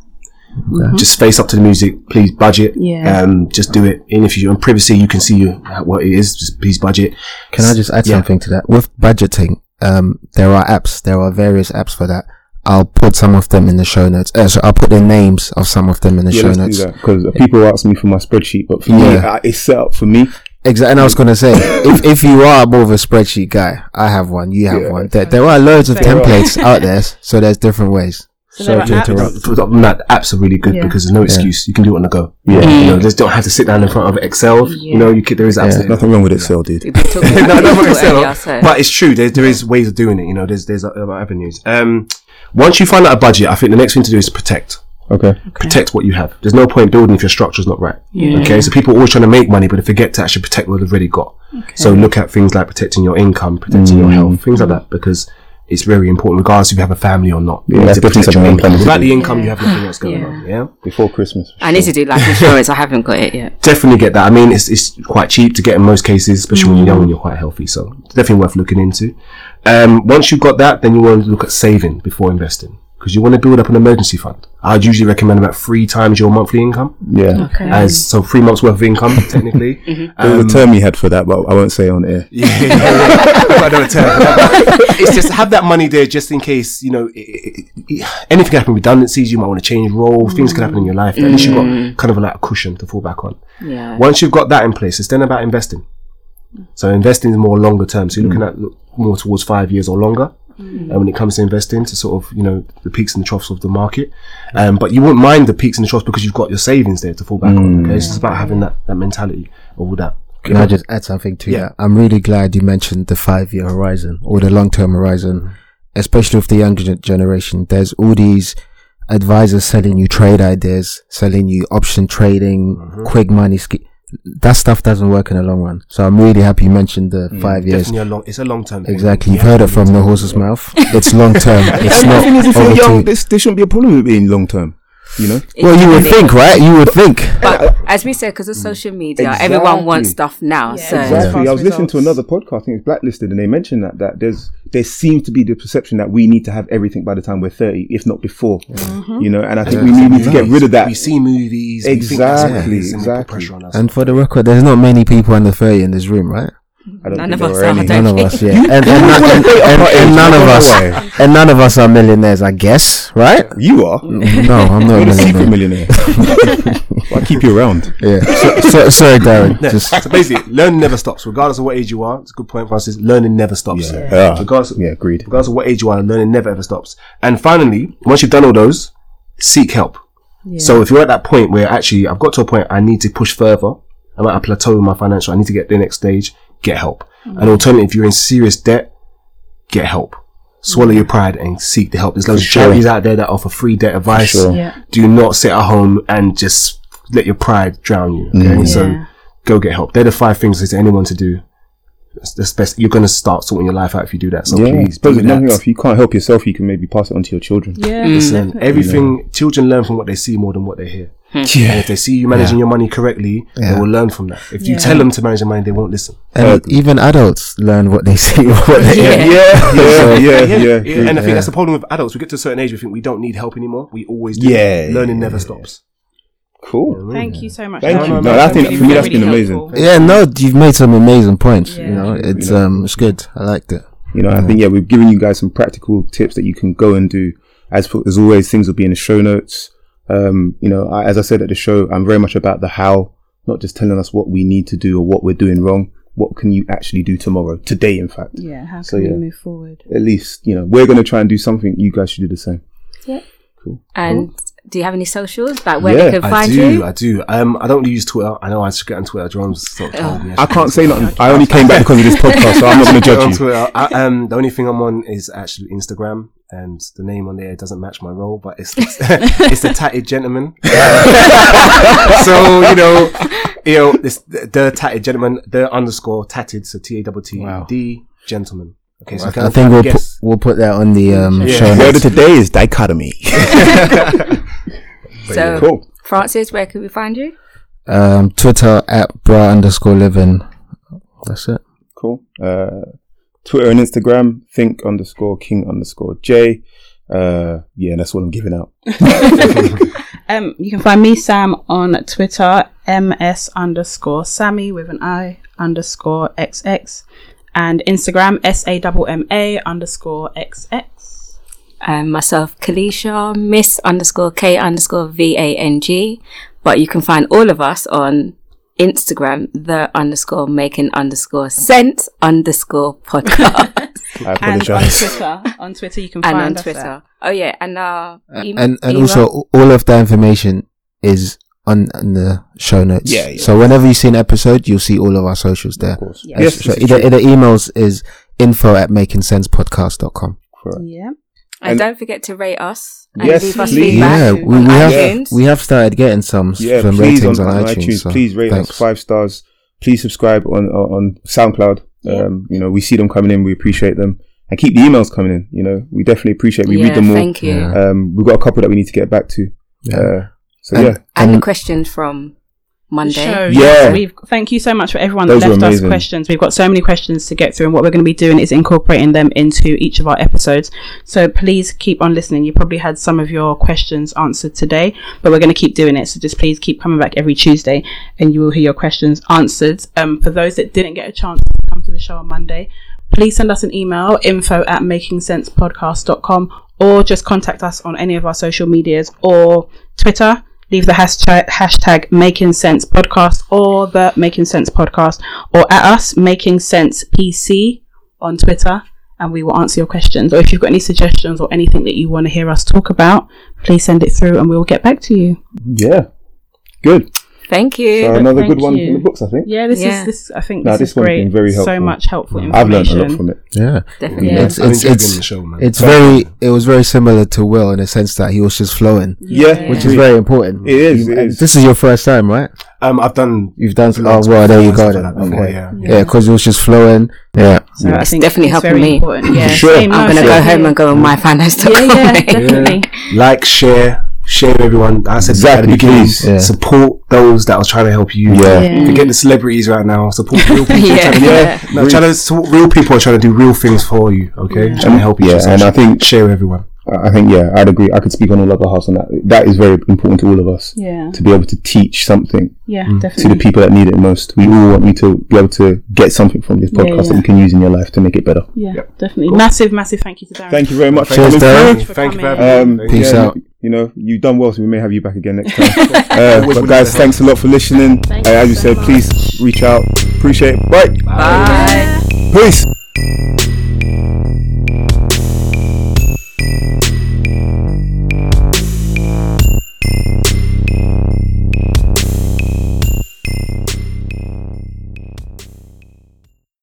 Speaker 5: Just face up to the music. Please budget.
Speaker 2: Yeah.
Speaker 5: Um, just do it. And if you on privacy, you can see you, what it is. Just please budget.
Speaker 3: Can I just add
Speaker 5: Yeah.
Speaker 3: something to that? With budgeting, um, there are apps. There are various apps for that. I'll put some of them in the show notes. Uh, so I'll put the names of some of them in the
Speaker 1: yeah,
Speaker 3: show
Speaker 1: let's
Speaker 3: notes.
Speaker 1: do that because people ask me for my spreadsheet, but for me,
Speaker 3: Yeah.
Speaker 1: uh, it's set up for me.
Speaker 3: Exactly, and I was gonna
Speaker 1: <laughs>
Speaker 3: say, if, if you are more of a spreadsheet guy, I have one, you have
Speaker 1: Yeah.
Speaker 3: one. There, there are loads of templates out there, so there's different ways.
Speaker 2: So there are
Speaker 3: to
Speaker 2: apps?
Speaker 3: interrupt.
Speaker 5: That apps are really good
Speaker 2: Yeah.
Speaker 5: because there's no excuse. You can do it on the go.
Speaker 1: Yeah.
Speaker 5: You know, just don't have to sit down in front of Excel. You know, you can, there is apps. that-
Speaker 1: Nothing wrong with Excel, dude.
Speaker 4: We've been talking
Speaker 5: no,
Speaker 4: about
Speaker 5: no,
Speaker 4: people
Speaker 5: but it's
Speaker 4: earlier,
Speaker 5: still-
Speaker 4: so-
Speaker 5: but it's true. There, there is ways of doing it. You know, there's there's other avenues. Um, once you find out a budget, I think the next thing to do is protect.
Speaker 1: Okay.
Speaker 5: Protect what you have. There's no point building if your structure's not right. Okay, so people are always trying to make money, but they forget to actually protect what they've already got. So look at things like protecting your income, protecting
Speaker 1: Mm.
Speaker 5: your health, things like that, because it's very important, regardless if you have a family or not. You
Speaker 1: Yeah,
Speaker 5: need
Speaker 1: that's
Speaker 5: to
Speaker 1: definitely
Speaker 5: protect your
Speaker 1: something I'm
Speaker 5: income.
Speaker 1: planning to
Speaker 5: Without
Speaker 1: do.
Speaker 5: the income, you have nothing else going
Speaker 2: Yeah.
Speaker 5: on. Yeah.
Speaker 1: Before Christmas.
Speaker 4: I need to do life insurance. I haven't got it yet.
Speaker 5: definitely get that. I mean, it's, it's quite cheap to get in most cases, especially when you're young and you're quite healthy. So it's definitely worth looking into. Um, once you've got that, then you want to look at saving before investing because you want to build up an emergency fund. I'd usually recommend about three times your monthly income,
Speaker 1: Yeah.
Speaker 5: as so three months worth of income technically.
Speaker 1: There was a term you had for that, but I won't say it on air.
Speaker 5: Yeah, yeah, yeah. <laughs> But I know it's terrible. It's just have that money there just in case you know i i i anything can happen. Redundancies, you might want to change role. Things can happen in your life. At least you've got kind of like a cushion to fall back on.
Speaker 4: Yeah.
Speaker 5: Once you've got that in place, it's then about investing. So investing is more longer term. So you're looking at look, more towards five years or longer. And when it comes to investing, to sort of you know the peaks and the troughs of the market, um, but you won't mind the peaks and the troughs because you've got your savings there to fall back on. Okay? It's just about having that, that mentality of all that.
Speaker 3: Can I just add something to
Speaker 5: Yeah.
Speaker 3: that? I'm really glad you mentioned the five year horizon or the long term horizon, especially with the younger gen- generation. There's all these advisors selling you trade ideas, selling you option trading, quick money. Sk- that stuff doesn't work in the long run. So I'm really happy you mentioned the five years.
Speaker 5: Definitely a long, it's a long term.
Speaker 3: Exactly. You've heard it from the horse's mouth. It's long term. It's
Speaker 1: And the
Speaker 3: not
Speaker 1: thing is, if
Speaker 3: over
Speaker 1: you're young,
Speaker 3: two.
Speaker 1: this, there shouldn't be a problem with being long term. You know?
Speaker 3: Well, you would think, right? You would think.
Speaker 4: But as we said, because of social media, everyone wants
Speaker 1: Exactly.
Speaker 4: stuff now.
Speaker 2: Yeah.
Speaker 4: so
Speaker 1: Exactly.
Speaker 2: Yeah.
Speaker 1: I was listening to
Speaker 2: Results.
Speaker 1: another podcast, I think it's Blacklisted, and they mentioned that that there's there seems to be the perception that we need to have everything by the time we're thirty, if not before. You know, and I think we need, need to get rid of that.
Speaker 5: We see movies. we think that's what
Speaker 1: Exactly,
Speaker 5: it is, and we put
Speaker 1: exactly.
Speaker 5: pressure on ourselves.
Speaker 3: And for the record, there's not many people under 30 in this room, right?
Speaker 1: I don't
Speaker 4: None
Speaker 1: think
Speaker 4: of
Speaker 1: there
Speaker 4: us
Speaker 1: were
Speaker 4: are,
Speaker 1: any.
Speaker 4: I
Speaker 3: None
Speaker 4: don't-
Speaker 3: of us, yeah. And, and, and, and, and none of us, and none of us are millionaires, I guess, right?
Speaker 1: You are.
Speaker 4: Mm-hmm.
Speaker 3: No, I'm not a
Speaker 1: You're a secret
Speaker 3: millionaire.
Speaker 1: millionaire.
Speaker 4: <laughs>
Speaker 1: Why keep you around?
Speaker 3: Yeah. So, so, sorry, Darren. Just
Speaker 5: <laughs> so basically, learning never stops, regardless of what age you are. It's a good point, Francis. Learning never stops.
Speaker 1: Yeah. Ah,
Speaker 5: Regardless,
Speaker 1: yeah, agreed.
Speaker 5: regardless of what age you are, learning never ever stops. And finally, once you've done all those, seek help. So if you're at that point where actually I've got to a point I need to push further, I'm at a plateau in my financial, I need to get to the next stage, get help.
Speaker 2: Mm.
Speaker 5: And alternatively, if you're in serious debt, get help. Swallow your pride and seek the help. There's loads of charities out there that offer free debt advice.
Speaker 1: sure.
Speaker 2: Yeah.
Speaker 5: Do not sit at home and just let your pride drown you.
Speaker 1: Mm.
Speaker 5: Okay? So
Speaker 2: Yeah.
Speaker 5: go get help. They're the five things that anyone to do. That's, that's best. You're going to start sorting your life out if you do that. So
Speaker 4: Oh,
Speaker 1: Yeah,
Speaker 5: please,
Speaker 1: suppose
Speaker 5: do
Speaker 1: if nothing
Speaker 5: that.
Speaker 1: else, if you can't help yourself, you can maybe pass it on to your children.
Speaker 2: Yeah.
Speaker 5: Listen, everything children learn from what they see more than what they hear. And if they see you managing your money correctly, they will learn from that. If you tell them to manage their money, they won't listen.
Speaker 3: and even adults learn what they see, <laughs> what they hear. <laughs>
Speaker 1: yeah, yeah, yeah, yeah.
Speaker 5: And I think that's the problem with adults. We get to a certain age, we think we don't need help anymore. We always do.
Speaker 1: Yeah,
Speaker 5: Learning
Speaker 1: yeah,
Speaker 5: never stops.
Speaker 1: Cool.
Speaker 2: Thank you so much.
Speaker 1: Thank
Speaker 2: That
Speaker 1: you.
Speaker 2: was
Speaker 1: No, I think
Speaker 2: really,
Speaker 1: for me that's
Speaker 2: really
Speaker 1: been amazing.
Speaker 2: helpful.
Speaker 3: Yeah, no, you've made some amazing points. You
Speaker 2: Yeah.
Speaker 3: know, it's um, it's good. I liked it.
Speaker 1: Mm. You know, I think yeah, we've given you guys some practical tips that you can go and do As for- as always, things will be in the show notes. Um, you know, I, as I said at the show, I'm very much about the how, not just telling us what we need to do or what we're doing wrong. What can you actually do tomorrow, today, in fact?
Speaker 2: Yeah, how can
Speaker 1: So,
Speaker 2: we
Speaker 1: yeah.
Speaker 2: move forward?
Speaker 1: At least, you know, we're going to try and do something. You guys should do the same.
Speaker 4: And do you have any socials? Like where
Speaker 1: Yeah,
Speaker 4: they can
Speaker 5: I
Speaker 4: find
Speaker 5: do,
Speaker 4: you?
Speaker 5: I do. Um, I don't really use Twitter. I know I should get on Twitter. Jerome's sort of told me.
Speaker 1: I
Speaker 5: should
Speaker 1: can't
Speaker 5: get
Speaker 1: say nothing. I only came back because of this podcast, so I'm not going to
Speaker 5: on
Speaker 1: judge <laughs> you.
Speaker 5: Twitter. I, um, the only thing I'm on is actually Instagram, and the name on there doesn't match my role, but it's <laughs> it's the tatted gentleman. <laughs> so you know, you know, this the, the tatted gentleman, the underscore tatted, so T A double T E
Speaker 1: Wow.
Speaker 5: D gentleman. Okay, so
Speaker 3: I think we'll put, we'll put that on the um,
Speaker 5: Yeah.
Speaker 3: show
Speaker 1: Word
Speaker 3: notes.
Speaker 1: of today is dichotomy. <laughs>
Speaker 4: So
Speaker 1: cool.
Speaker 4: Francis, where can we find you?
Speaker 3: Um, Twitter at bra underscore living. That's it.
Speaker 1: Cool. Uh, Twitter and Instagram, think underscore king underscore J. Uh, yeah, that's what I'm giving out.
Speaker 2: Um, you can find me, Sam, on Twitter, ms underscore Sammy with an I underscore XX, and Instagram, S-A-M-M-A underscore XX.
Speaker 4: Um, myself, Kalisha, Miss underscore K underscore V A N G. But you can find all of us on Instagram, the underscore making underscore sense
Speaker 2: <laughs>
Speaker 4: underscore podcast.
Speaker 1: I
Speaker 2: And on
Speaker 1: apologize.
Speaker 2: Twitter, on Twitter you can
Speaker 4: <laughs> and
Speaker 2: find
Speaker 4: on
Speaker 2: us at-
Speaker 4: Twitter. Oh, yeah. And our em-
Speaker 3: Uh, and and
Speaker 4: email.
Speaker 3: also all of that information is on, on the show notes.
Speaker 1: Yeah, yeah.
Speaker 3: So whenever you see an episode, you'll see all of our socials there.
Speaker 1: course.
Speaker 2: Yeah.
Speaker 3: Uh,
Speaker 1: Yes,
Speaker 3: so
Speaker 1: this is
Speaker 3: either,
Speaker 1: true.
Speaker 3: either emails is info at makingsensepodcast.com.
Speaker 1: Correct.
Speaker 2: Yeah.
Speaker 4: And,
Speaker 1: and-
Speaker 4: don't forget to rate us and
Speaker 1: Yes,
Speaker 4: leave us
Speaker 1: please.
Speaker 4: feedback.
Speaker 2: iTunes,
Speaker 3: Yeah, we,
Speaker 4: on
Speaker 3: we have
Speaker 4: iTunes.
Speaker 3: we have started getting some
Speaker 1: Yeah,
Speaker 3: some
Speaker 1: please
Speaker 3: ratings
Speaker 1: on, on iTunes.
Speaker 3: so
Speaker 1: please rate
Speaker 3: thanks.
Speaker 1: us five stars. Please subscribe on on, on SoundCloud. Um, you know, we see them coming in. We appreciate them, and keep the emails coming in. You know, we definitely appreciate. We
Speaker 4: Yeah,
Speaker 1: read them all.
Speaker 4: Thank you.
Speaker 3: Yeah.
Speaker 1: Um, we've got a couple that we need to get back to. Uh, so
Speaker 3: And-
Speaker 1: yeah,
Speaker 4: And the question from Monday.
Speaker 1: Yeah.
Speaker 2: Show, yes, We've thank you so much for everyone
Speaker 1: Those
Speaker 2: that
Speaker 1: were
Speaker 2: left us
Speaker 1: amazing.
Speaker 2: questions. We've got so many questions to get through, and what we're going to be doing is incorporating them into each of our episodes. So please keep on listening. You probably had some of your questions answered today, but we're going to keep doing it. So just please keep coming back every Tuesday, and you will hear your questions answered. Um, for those that didn't get a chance to come to the show on Monday, please send us an email info at makingsensepodcast.com or just contact us on any of our social medias or Twitter. Leave the hashtag, hashtag Making Sense Podcast or the Making Sense Podcast or at us, Making Sense PC on Twitter, and we will answer your questions. Or if you've got any suggestions or anything that you want to hear us talk about, please send it through and we will get back to you.
Speaker 1: yeah, good.
Speaker 4: Thank you.
Speaker 1: So another
Speaker 2: thank
Speaker 1: good one
Speaker 2: you.
Speaker 1: in the books, I think.
Speaker 2: Yeah, this
Speaker 4: Yeah.
Speaker 2: is this. I think
Speaker 1: Nah,
Speaker 2: this,
Speaker 1: this
Speaker 2: is
Speaker 1: one's
Speaker 2: great.
Speaker 1: been very
Speaker 2: So
Speaker 1: helpful.
Speaker 2: much helpful
Speaker 1: I've
Speaker 2: information.
Speaker 1: learned a lot from it.
Speaker 3: Yeah.
Speaker 4: Definitely.
Speaker 2: Yeah.
Speaker 3: It's it's it's,
Speaker 5: the show, man.
Speaker 3: it's very it was very similar to Will in the sense that he was just flowing,
Speaker 1: Yeah,
Speaker 3: which is very important.
Speaker 1: It is, it is.
Speaker 3: This is your first time, right?
Speaker 5: Um, I've done.
Speaker 3: You've done. Oh well, there you go. Then.
Speaker 5: I've done that before,
Speaker 3: Okay.
Speaker 5: yeah.
Speaker 3: Yeah, because it was just flowing. Yeah.
Speaker 2: So I
Speaker 4: It's
Speaker 2: think
Speaker 4: definitely
Speaker 2: it's
Speaker 4: helping
Speaker 2: very
Speaker 4: me.
Speaker 2: Important. Yeah,
Speaker 1: sure.
Speaker 2: same,
Speaker 4: I'm
Speaker 2: no,
Speaker 4: going to go
Speaker 2: same
Speaker 4: home
Speaker 2: here.
Speaker 4: and go on myfinance.com. <laughs>
Speaker 2: Yeah, yeah,
Speaker 4: mate.
Speaker 2: definitely.
Speaker 5: like, share, share everyone. I said that at
Speaker 1: Exactly,
Speaker 5: the beginning,
Speaker 1: please.
Speaker 3: Yeah.
Speaker 5: support those that are trying to help you.
Speaker 1: Yeah.
Speaker 2: Yeah.
Speaker 5: Forget the celebrities right now.
Speaker 1: <laughs>
Speaker 5: Support real people.
Speaker 4: Yeah.
Speaker 5: trying to,
Speaker 1: Yeah.
Speaker 5: No, trying to support real people are trying to do real things for you. Okay, trying to help each
Speaker 1: Yeah,
Speaker 5: other.
Speaker 1: and I think-
Speaker 5: share everyone.
Speaker 1: I I think yeah, I'd agree. I could speak on all of our house on that. That is very important to all of us.
Speaker 2: Yeah,
Speaker 1: To be able to teach something
Speaker 2: yeah,
Speaker 1: to the
Speaker 2: definitely.
Speaker 1: people that need it most. We all want you to be able to get something from this
Speaker 2: Yeah,
Speaker 1: podcast that
Speaker 2: yeah.
Speaker 1: you can use in your life to make it better.
Speaker 2: Yeah, definitely. Massive, massive thank you to Darren.
Speaker 1: Thank you very much. for
Speaker 3: Cheers,
Speaker 1: coming
Speaker 3: Darren.
Speaker 1: through.
Speaker 2: for
Speaker 5: Thank you for
Speaker 2: coming.
Speaker 5: having
Speaker 1: Um,
Speaker 5: me.
Speaker 3: Peace
Speaker 1: yeah,
Speaker 3: out.
Speaker 1: You, you know, you've done well, so we may have you back again next
Speaker 2: <laughs>
Speaker 1: time. uh, but guys, thanks a lot for listening.
Speaker 2: Thank
Speaker 1: Uh,
Speaker 2: you
Speaker 1: as you
Speaker 2: so
Speaker 1: said, please reach out. Appreciate it. Bye.
Speaker 4: Bye.
Speaker 1: Peace.